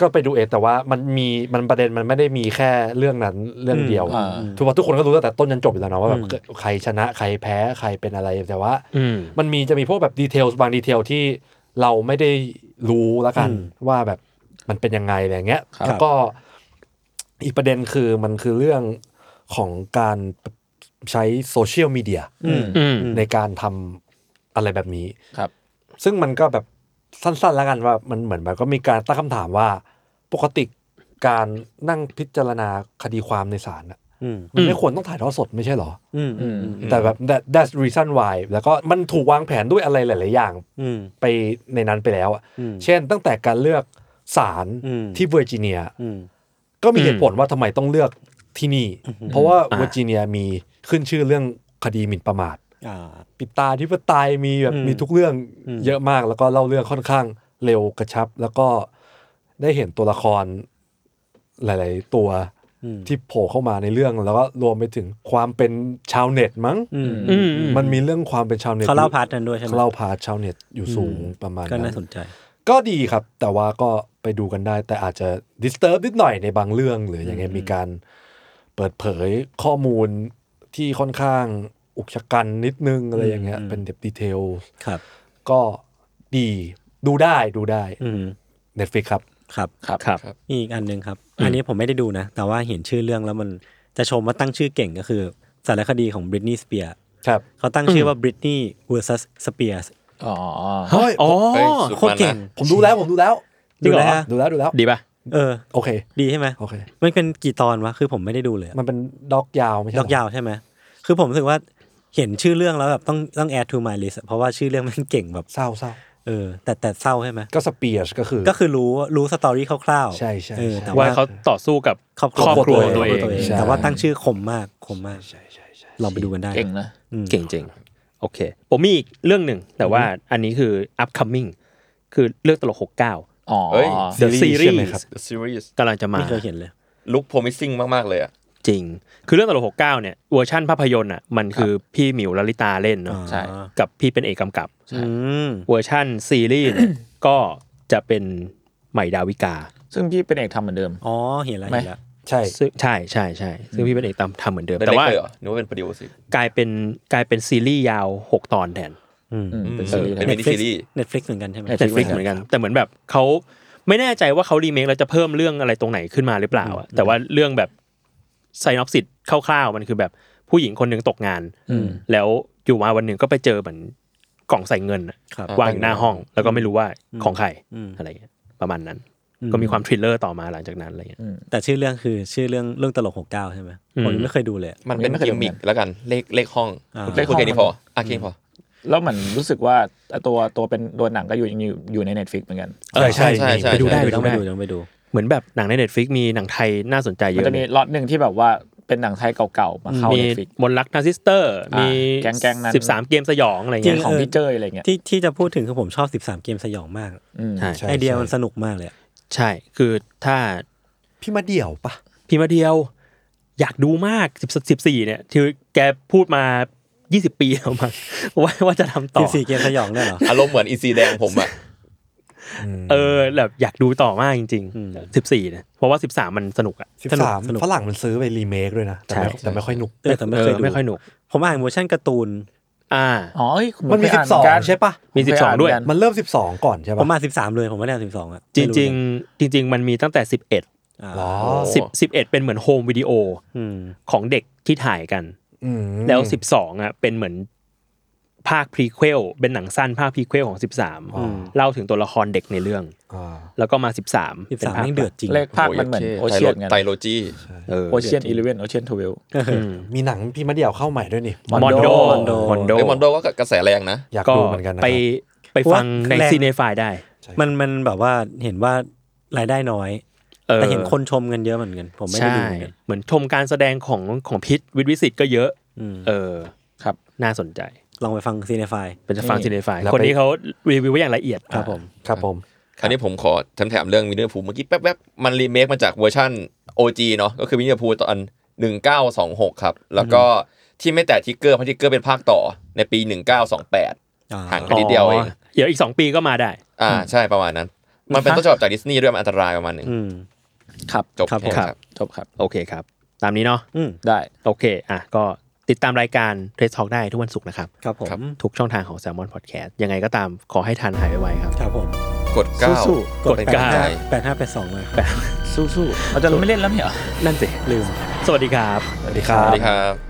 Speaker 3: ก็ไปดูเองแต่ว่ามันมีมันประเด็นมันไม่ได้มีแค่เรื่องนั้นเรื่องเดียว
Speaker 5: อ่า
Speaker 3: ทุกว่าทุกคนก็รู้ตั้งแต่ต้นจนจบอยู่แล้วเนาะว่าแบ
Speaker 2: อื
Speaker 3: บ
Speaker 2: ม
Speaker 3: ใครชนะใครแพ้ใครเป็นอะไรแต่ว่า
Speaker 4: อืม
Speaker 3: มันมีจะมีพวกแบบดีเทลบางดีเทลที่เราไม่ได้รู้แล้วกัน
Speaker 2: อืม
Speaker 3: ว่าแบบมันเป็นยังไงอะไรเงี้ย
Speaker 5: ครับ
Speaker 3: แล้วก็อีกประเด็นคือมันคือเรื่องของการใช้โซเชียลมีเดีย
Speaker 2: อืม
Speaker 4: อืม
Speaker 3: ในการทำอะไรแบบนี้
Speaker 5: ครับ
Speaker 3: ซึ่งมันก็แบบสั้น ๆ แล้วกันว่ามันเหมือนแบบก็มีการตั้งคำถามว่าปกติการนั่งพิจารณาคดีความในศาลน่ะ
Speaker 2: อืม
Speaker 3: มันไม่
Speaker 4: อืม
Speaker 3: ควรต้องถ่ายทอดสดไม่ใช่เหรอ
Speaker 2: อืมอืม
Speaker 5: อืม
Speaker 3: แต่แบบ that that's reason why แล้วก็มันถูกวางแผนด้วยอะไรหลาย ๆ อย่าง
Speaker 2: อืม
Speaker 3: ไปในนั้นไปแล้วอะ
Speaker 2: อืม
Speaker 3: เช่นตั้งแต่การเลือกศาล
Speaker 2: อืม
Speaker 3: ที่เวอร์จิเนีย
Speaker 2: อืม
Speaker 3: ก็มีเหตุผลว่าทำไมต้องเลือกที่นี่ เพราะว่าเวอร์จิเนียมีขึ้นชื่อเรื่องคดีหมิ่นประมาท
Speaker 2: อ่า
Speaker 3: ปิดตาที่ปไตยมีแบบ
Speaker 2: อืม
Speaker 3: มีทุกเรื่อง
Speaker 2: อืม
Speaker 3: เยอะมาก แล้วก็เล่าเรื่องค่อนข้างเร็วกระชับ แล้วก็ได้เห็นตัวละครหลาย ๆ ตัว
Speaker 2: อืม
Speaker 3: ที่โผล่เข้ามาในเรื่อง แล้วก็รวมไปถึงความเป็นชาวเน็ตมั้ง
Speaker 2: อืม
Speaker 4: อืม
Speaker 3: มันมีเรื่องความเป็นชาวเน็ต
Speaker 2: เขาเล่าพาร์ทนั้นด้วยใช่ไหม
Speaker 3: เขาเล่าพาร์ทชาวเน็ตอยู่สูงประมาณ
Speaker 2: ก็น่าสนใจ
Speaker 3: ก็ดีครับ แต่ว่าก็ไปดูกันได้ แต่อาจจะ disturb นิดหน่อยในบางเรื่อง หรืออย่างเงี้ยมีการเปิดเผยข้อมูลที่ค่อนข้างอุกชะกันนิดนึงอะไรอย่างเงี้ย เป็นเด็บดีเทล
Speaker 2: ครับ
Speaker 3: ก็ดีดูได้ดูได้
Speaker 2: อืม
Speaker 3: Netflix ครับ
Speaker 2: ครับ
Speaker 5: ครับ
Speaker 4: ครับ
Speaker 2: อีกอันหนึ่งครับ อันนี้ผมไม่ได้ดูนะ แต่ว่าเห็นชื่อเรื่องแล้วมันจะชมว่าตั้งชื่อเก่งก็คือ สารคดีของบริตนี y s สเปีย
Speaker 3: ครับ
Speaker 2: เขาตั้งชื่อว่า Britney vs Spears
Speaker 5: อ๋อ
Speaker 3: เฮ้ย
Speaker 4: อ๋อ
Speaker 6: เฮ้ยสุด
Speaker 2: โคตรเก่ง
Speaker 6: มันนะ
Speaker 3: ผมดูแล้วผมดูแล้ว
Speaker 2: จริงเหรอ
Speaker 3: ดูแล้วดูแล้ว
Speaker 4: ดีป่ะ
Speaker 2: เออ
Speaker 3: โอเค
Speaker 2: ดีใช่ไหม
Speaker 3: โอเค
Speaker 2: มันเป็นกี่ตอนวะ คือผมไม่ได้ดูเลยอะ
Speaker 3: มันเป็นด็อกยาวไม่ใช่
Speaker 2: ด
Speaker 3: เหร
Speaker 2: อกยาวใช่ไหม คือผมรู้สึกว่าเห็นชื่อเรื่องแล้วแบบต้องต้อง add to my list อะเพราะว่าชื่อเรื่องมันเก่งแบบ
Speaker 3: เศร้าเศร้า
Speaker 2: เออ แต่แต่เศร้าใช่ไหม
Speaker 3: ก็สเปียร์ก็คือ
Speaker 2: ก็คือรู้รู้สตอรี่คร่าวๆ
Speaker 3: ใช่ใช่
Speaker 2: เออแต่
Speaker 4: ว่า
Speaker 2: ว่า
Speaker 4: เขาต่อสู้กับ
Speaker 2: ครอบค
Speaker 4: ครอบครั
Speaker 2: รัว
Speaker 4: ว
Speaker 2: ตัวเอ
Speaker 4: ตัวเอง
Speaker 2: ง
Speaker 4: ใช่
Speaker 2: แต่ว่าตั้งชื่อคมมากคมมาก
Speaker 3: ใช่ใช่ใช่
Speaker 2: ลองไปดูกันได้
Speaker 5: เก่งนะ
Speaker 2: อืม
Speaker 4: เก่งจริง โอเค ผมมีอีกเรื่องหนึ่ง แต่ว่าอันนี้คือ upcoming คือเรื่องตลก 69
Speaker 5: อ๋อ
Speaker 6: เอ้ย
Speaker 4: The
Speaker 3: ใช่ไหม
Speaker 4: Series
Speaker 3: ครับ
Speaker 6: The series
Speaker 4: กำลังจะมา
Speaker 2: ไม่เคยเห็นเลย
Speaker 6: ลุก promising มากๆเลยอะ
Speaker 4: จริง คือเรื่องตลก 69 เนี่ย เวอร์ชั่นภาพยนตร์อ่ะ มันคือพี่หมิวลลิตาเล่นเนาะ
Speaker 5: ใช่
Speaker 4: กับพี่เป็นเอกกำกับ
Speaker 2: อืม
Speaker 4: เวอร์ชั่นซีรีส์เนี่ย ก็จะเป็นใหม่ดาวิกา
Speaker 5: ซึ่งพี่เป็นเอกทำเหมือนเดิม
Speaker 2: อ๋อ เห็นแล้ว
Speaker 5: ไม่
Speaker 2: เห็นแล้ว
Speaker 3: ใช่
Speaker 4: ซึ่งใช่ใช่ใช่ซึ่งพี่เป็นเอกทำทำเหมือนเดิม
Speaker 6: ได้
Speaker 4: แต่
Speaker 6: เล็ก
Speaker 4: ว่า
Speaker 6: เลยเหรอนึกว่าเป็น produce อีก
Speaker 4: กลายเป็นกลายเป็นซีรีส์ยาว 6 ตอนแทน
Speaker 2: อืม
Speaker 5: อืม
Speaker 6: อืม
Speaker 5: เป็นซีรีส์
Speaker 6: เป็น
Speaker 5: นะ
Speaker 6: mini
Speaker 2: Netflix
Speaker 6: series
Speaker 2: Netflix เหมือนกันใช่ไหม
Speaker 5: Netflix
Speaker 4: เน็ตฟลิกเหมือนกัน แต่เหมือนแบบเขาไม่แน่ใจว่าเขารีเมคแล้วจะเพิ่มเรื่องอะไรตรงไหนขึ้นมาหรือเปล่าอะแต่ว่าเรื่องแบบไซนอปซิสคร่าวๆ มันคือแบบผู้หญิงคนหนึ่งตกงาน
Speaker 5: อืม
Speaker 4: แล้วอยู่มาวันหนึ่งก็ไปเจอเหมือนกล่องใส่เงินอะ
Speaker 2: ครับ
Speaker 4: วางอยู่หน้าห้อง แล้วก็ไม่รู้ว่าของใคร
Speaker 2: อืม
Speaker 4: อะไรเงี้ยประมาณนั้น ก็มีความทริลเลอร์ต่อมาหลังจากนั้นอะไรเงี้ย
Speaker 2: แต่ชื่อเรื่องคือชื่อเรื่องเรื่องตลกหกเก้าใช่ไหม
Speaker 4: อืม
Speaker 2: ผมยังไม่เคยดูเลยอะ
Speaker 6: มันเป็นกิมมิคแล้วกันเลขเลขห้อง
Speaker 2: อ่า
Speaker 6: เลขห้องแค่นี้พออ่ะแค่นี้พอ
Speaker 5: แล้วเหมือนรู้สึกว่าตัวตัวเป็นตัวหนังก็อยู่อยู่อยู่ใน Netflix เหมือนกัน
Speaker 4: เออใช่
Speaker 6: ใช่ใช่
Speaker 4: ไปดูได้ไป
Speaker 2: ต้
Speaker 4: ดู
Speaker 2: องไป
Speaker 4: ได้
Speaker 2: ดูต้องไปดู
Speaker 4: เหมือนแบบหนังในเน็ตฟลิกมีหนังไทยน่าสนใจเย
Speaker 5: มัน
Speaker 4: อะ
Speaker 5: จะมี
Speaker 4: เลย
Speaker 5: ล็อตหนึ่งที่แบบว่าเป็นหนังไทยเก่าๆ มาเข้า
Speaker 4: มี
Speaker 5: Netflix
Speaker 4: มนต์รักนาซิสเตอร์
Speaker 5: อ่ามี
Speaker 4: มี
Speaker 5: แก๊งๆนั้น
Speaker 4: สิบสามเกมสยองอะไร
Speaker 5: จริ
Speaker 4: เงี้
Speaker 5: ง
Speaker 4: ย
Speaker 5: ของ
Speaker 2: เออ
Speaker 5: พี่เจ้ยอะไรเงี้ย
Speaker 2: ที่ที่จะพูดถึงคือผมชอบ 13 เกมสยองมาก
Speaker 5: อืม
Speaker 4: ใช่
Speaker 3: ใช่
Speaker 2: ไอเดียมัน
Speaker 3: ใช่
Speaker 2: สนุกมากเลยอะ
Speaker 4: ใช่ คือถ้า
Speaker 3: พี่มาเดี่ยวปะ
Speaker 4: พี่มาเดียว อยากดูมากสิบสิบสี่เนี่ยที่แกพูดมายี่สิบปีแล้วมั้ง ว่าว่าจะทำต่อ
Speaker 2: 14 เกมสยองเนี่ยเหรอ
Speaker 6: อารมณ์เหมือนอีซีแดงผมอะ
Speaker 4: เออแบบอยากดูต่อมากจริงๆสิบสี่เนี่ยเพราะว่าสิบสามมันสนุกอะ
Speaker 3: สิบ
Speaker 2: สนุก
Speaker 3: สาม
Speaker 2: สนุก
Speaker 3: ฝรั่งมันซื้อไปรีเมคด้วยนะ แต่ไม่แต่ไม่ค่อยหนุก
Speaker 2: เออแต่ไม่เคย
Speaker 4: อ
Speaker 2: ดู
Speaker 4: อไม่ค่อยหนุก
Speaker 2: ผมอ่านเวอร์ชันการ์ตูน
Speaker 4: อ่า
Speaker 5: อ๋อเอ้ย
Speaker 3: มันมี
Speaker 5: ผ
Speaker 3: สิ
Speaker 5: ไอ่า
Speaker 3: บสอง
Speaker 5: เหอนกัน
Speaker 3: ใช่ปะ
Speaker 4: มี
Speaker 5: ผไอ่าน
Speaker 4: 12ด้วย
Speaker 5: เหอนกัน
Speaker 3: มันเริ่มสิบสองก่อนใช่
Speaker 2: ผ
Speaker 3: ปะ
Speaker 2: มอ่าน13 เลย ผมไม่ได้อ่าน12อ่ะ
Speaker 4: จริงจริงๆจริง ๆ มันมีตั้งแต่สิบเอ็ด
Speaker 2: ๆอ่า
Speaker 3: หรอ
Speaker 4: สิบสิบเอ็ดเป็นเหมือนโฮมวิดีโอ
Speaker 2: อืม
Speaker 4: ของเด็กที่ถ่ายกัน
Speaker 3: อืม
Speaker 4: แล้วสิบสองอ่ะเป็นเหมือนภาคพรีเควลเป็นหนังสั้นภาคพรีเควลของสิบสามเล่าถึงตัวละครเด็กในเรื่อง
Speaker 3: อ่า
Speaker 4: แล้วก็มา 13
Speaker 2: 13แม่งเดือดจริง
Speaker 5: เลขภาคมันเหมือนโอ
Speaker 6: ไท
Speaker 5: เชียน
Speaker 6: โลไทโลจี
Speaker 4: เออ
Speaker 5: โอเชียนอีเลเวนโอเชียนทเวล
Speaker 3: มีหนังพี่มาเดี่ยวเข้าใหม่ด้วยนี่
Speaker 4: มอนโด
Speaker 2: Mondo
Speaker 4: มอนโด
Speaker 6: เดมอนโดก็กระแสแรงนะ
Speaker 3: อยาก
Speaker 4: ก็
Speaker 3: ดูเหมือนกันนะค
Speaker 4: ไป
Speaker 3: รับ
Speaker 4: ไปฟังใน
Speaker 2: แรง
Speaker 4: ซีเนฟายได้
Speaker 2: มันมันแบบว่าเห็นว่ารายได้น้อย
Speaker 4: เออ
Speaker 2: แต่เห็นคนชมกันเยอะเหมือนกัน ผมไม่ได้
Speaker 4: ใช่
Speaker 2: ดูเหมือนกัน
Speaker 4: เหมือนชมการแสดงของของพิษวิทย์วิสิตก็เยอะ
Speaker 2: อืม
Speaker 4: เออ
Speaker 5: ครับ
Speaker 4: น่าสนใจ
Speaker 2: ลองไปฟังซีเนฟาย
Speaker 4: เป็นจะฟัง
Speaker 5: นี่
Speaker 4: ซีเนฟายคนนี้เขารีวิวไว้อย่างละเอียด
Speaker 2: ครับผม
Speaker 3: ครับผม
Speaker 6: คราวนี้ผมขอแถมๆเรื่องวินเนอร์พูเมื่อกี้แป๊บๆ มันรีเมคมาจากเวอร์ชั่น OG เนาะก็คือวินเนอร์พูตอน 1926 ครับ แล้วก็ที่ไม่แต่ทิกเกอร์เพราะทิกเกอร์เป็นภาคต่อในปี 1928
Speaker 2: อ่า
Speaker 6: ห่างกันนิดเดียวเอง
Speaker 4: เดี๋ยวอีก 2 ปีก็มาได้
Speaker 6: อ่าใช่ประมาณนั้น มันเป็นต้นฉบับจากดิสนีย์ด้วยมันอันตรายประมาณหนึ่ง
Speaker 2: อืม
Speaker 5: ครับ
Speaker 6: จบ
Speaker 2: ครับผม
Speaker 6: แครับ
Speaker 5: จบครับ
Speaker 4: โอเคครับ ตามนี้เนาะ
Speaker 2: อืม
Speaker 5: ได้
Speaker 4: โอเคอ่ะก็ติดตามรายการเทสทอกได้ทุกวันศุกร์นะครับ
Speaker 2: ครับผม
Speaker 6: ครับ
Speaker 4: ทุกช่องทางของ s ซ l m o n Podcast ยังไงก็ตามขอให้ทันหายไวๆครับ
Speaker 2: ครับผม
Speaker 6: กดเก้า
Speaker 4: สู้ๆกด
Speaker 6: เป็น
Speaker 4: เก้า
Speaker 6: กำลังใจ
Speaker 2: แปดห้าแปดสองมาครับ
Speaker 4: สู้
Speaker 5: เราจะไม่เล่นแล้วเนี่ยเหรอ
Speaker 4: ๆนั่นสิ
Speaker 2: ลืม
Speaker 4: สวัสดีครับ
Speaker 6: สวัสดีครับ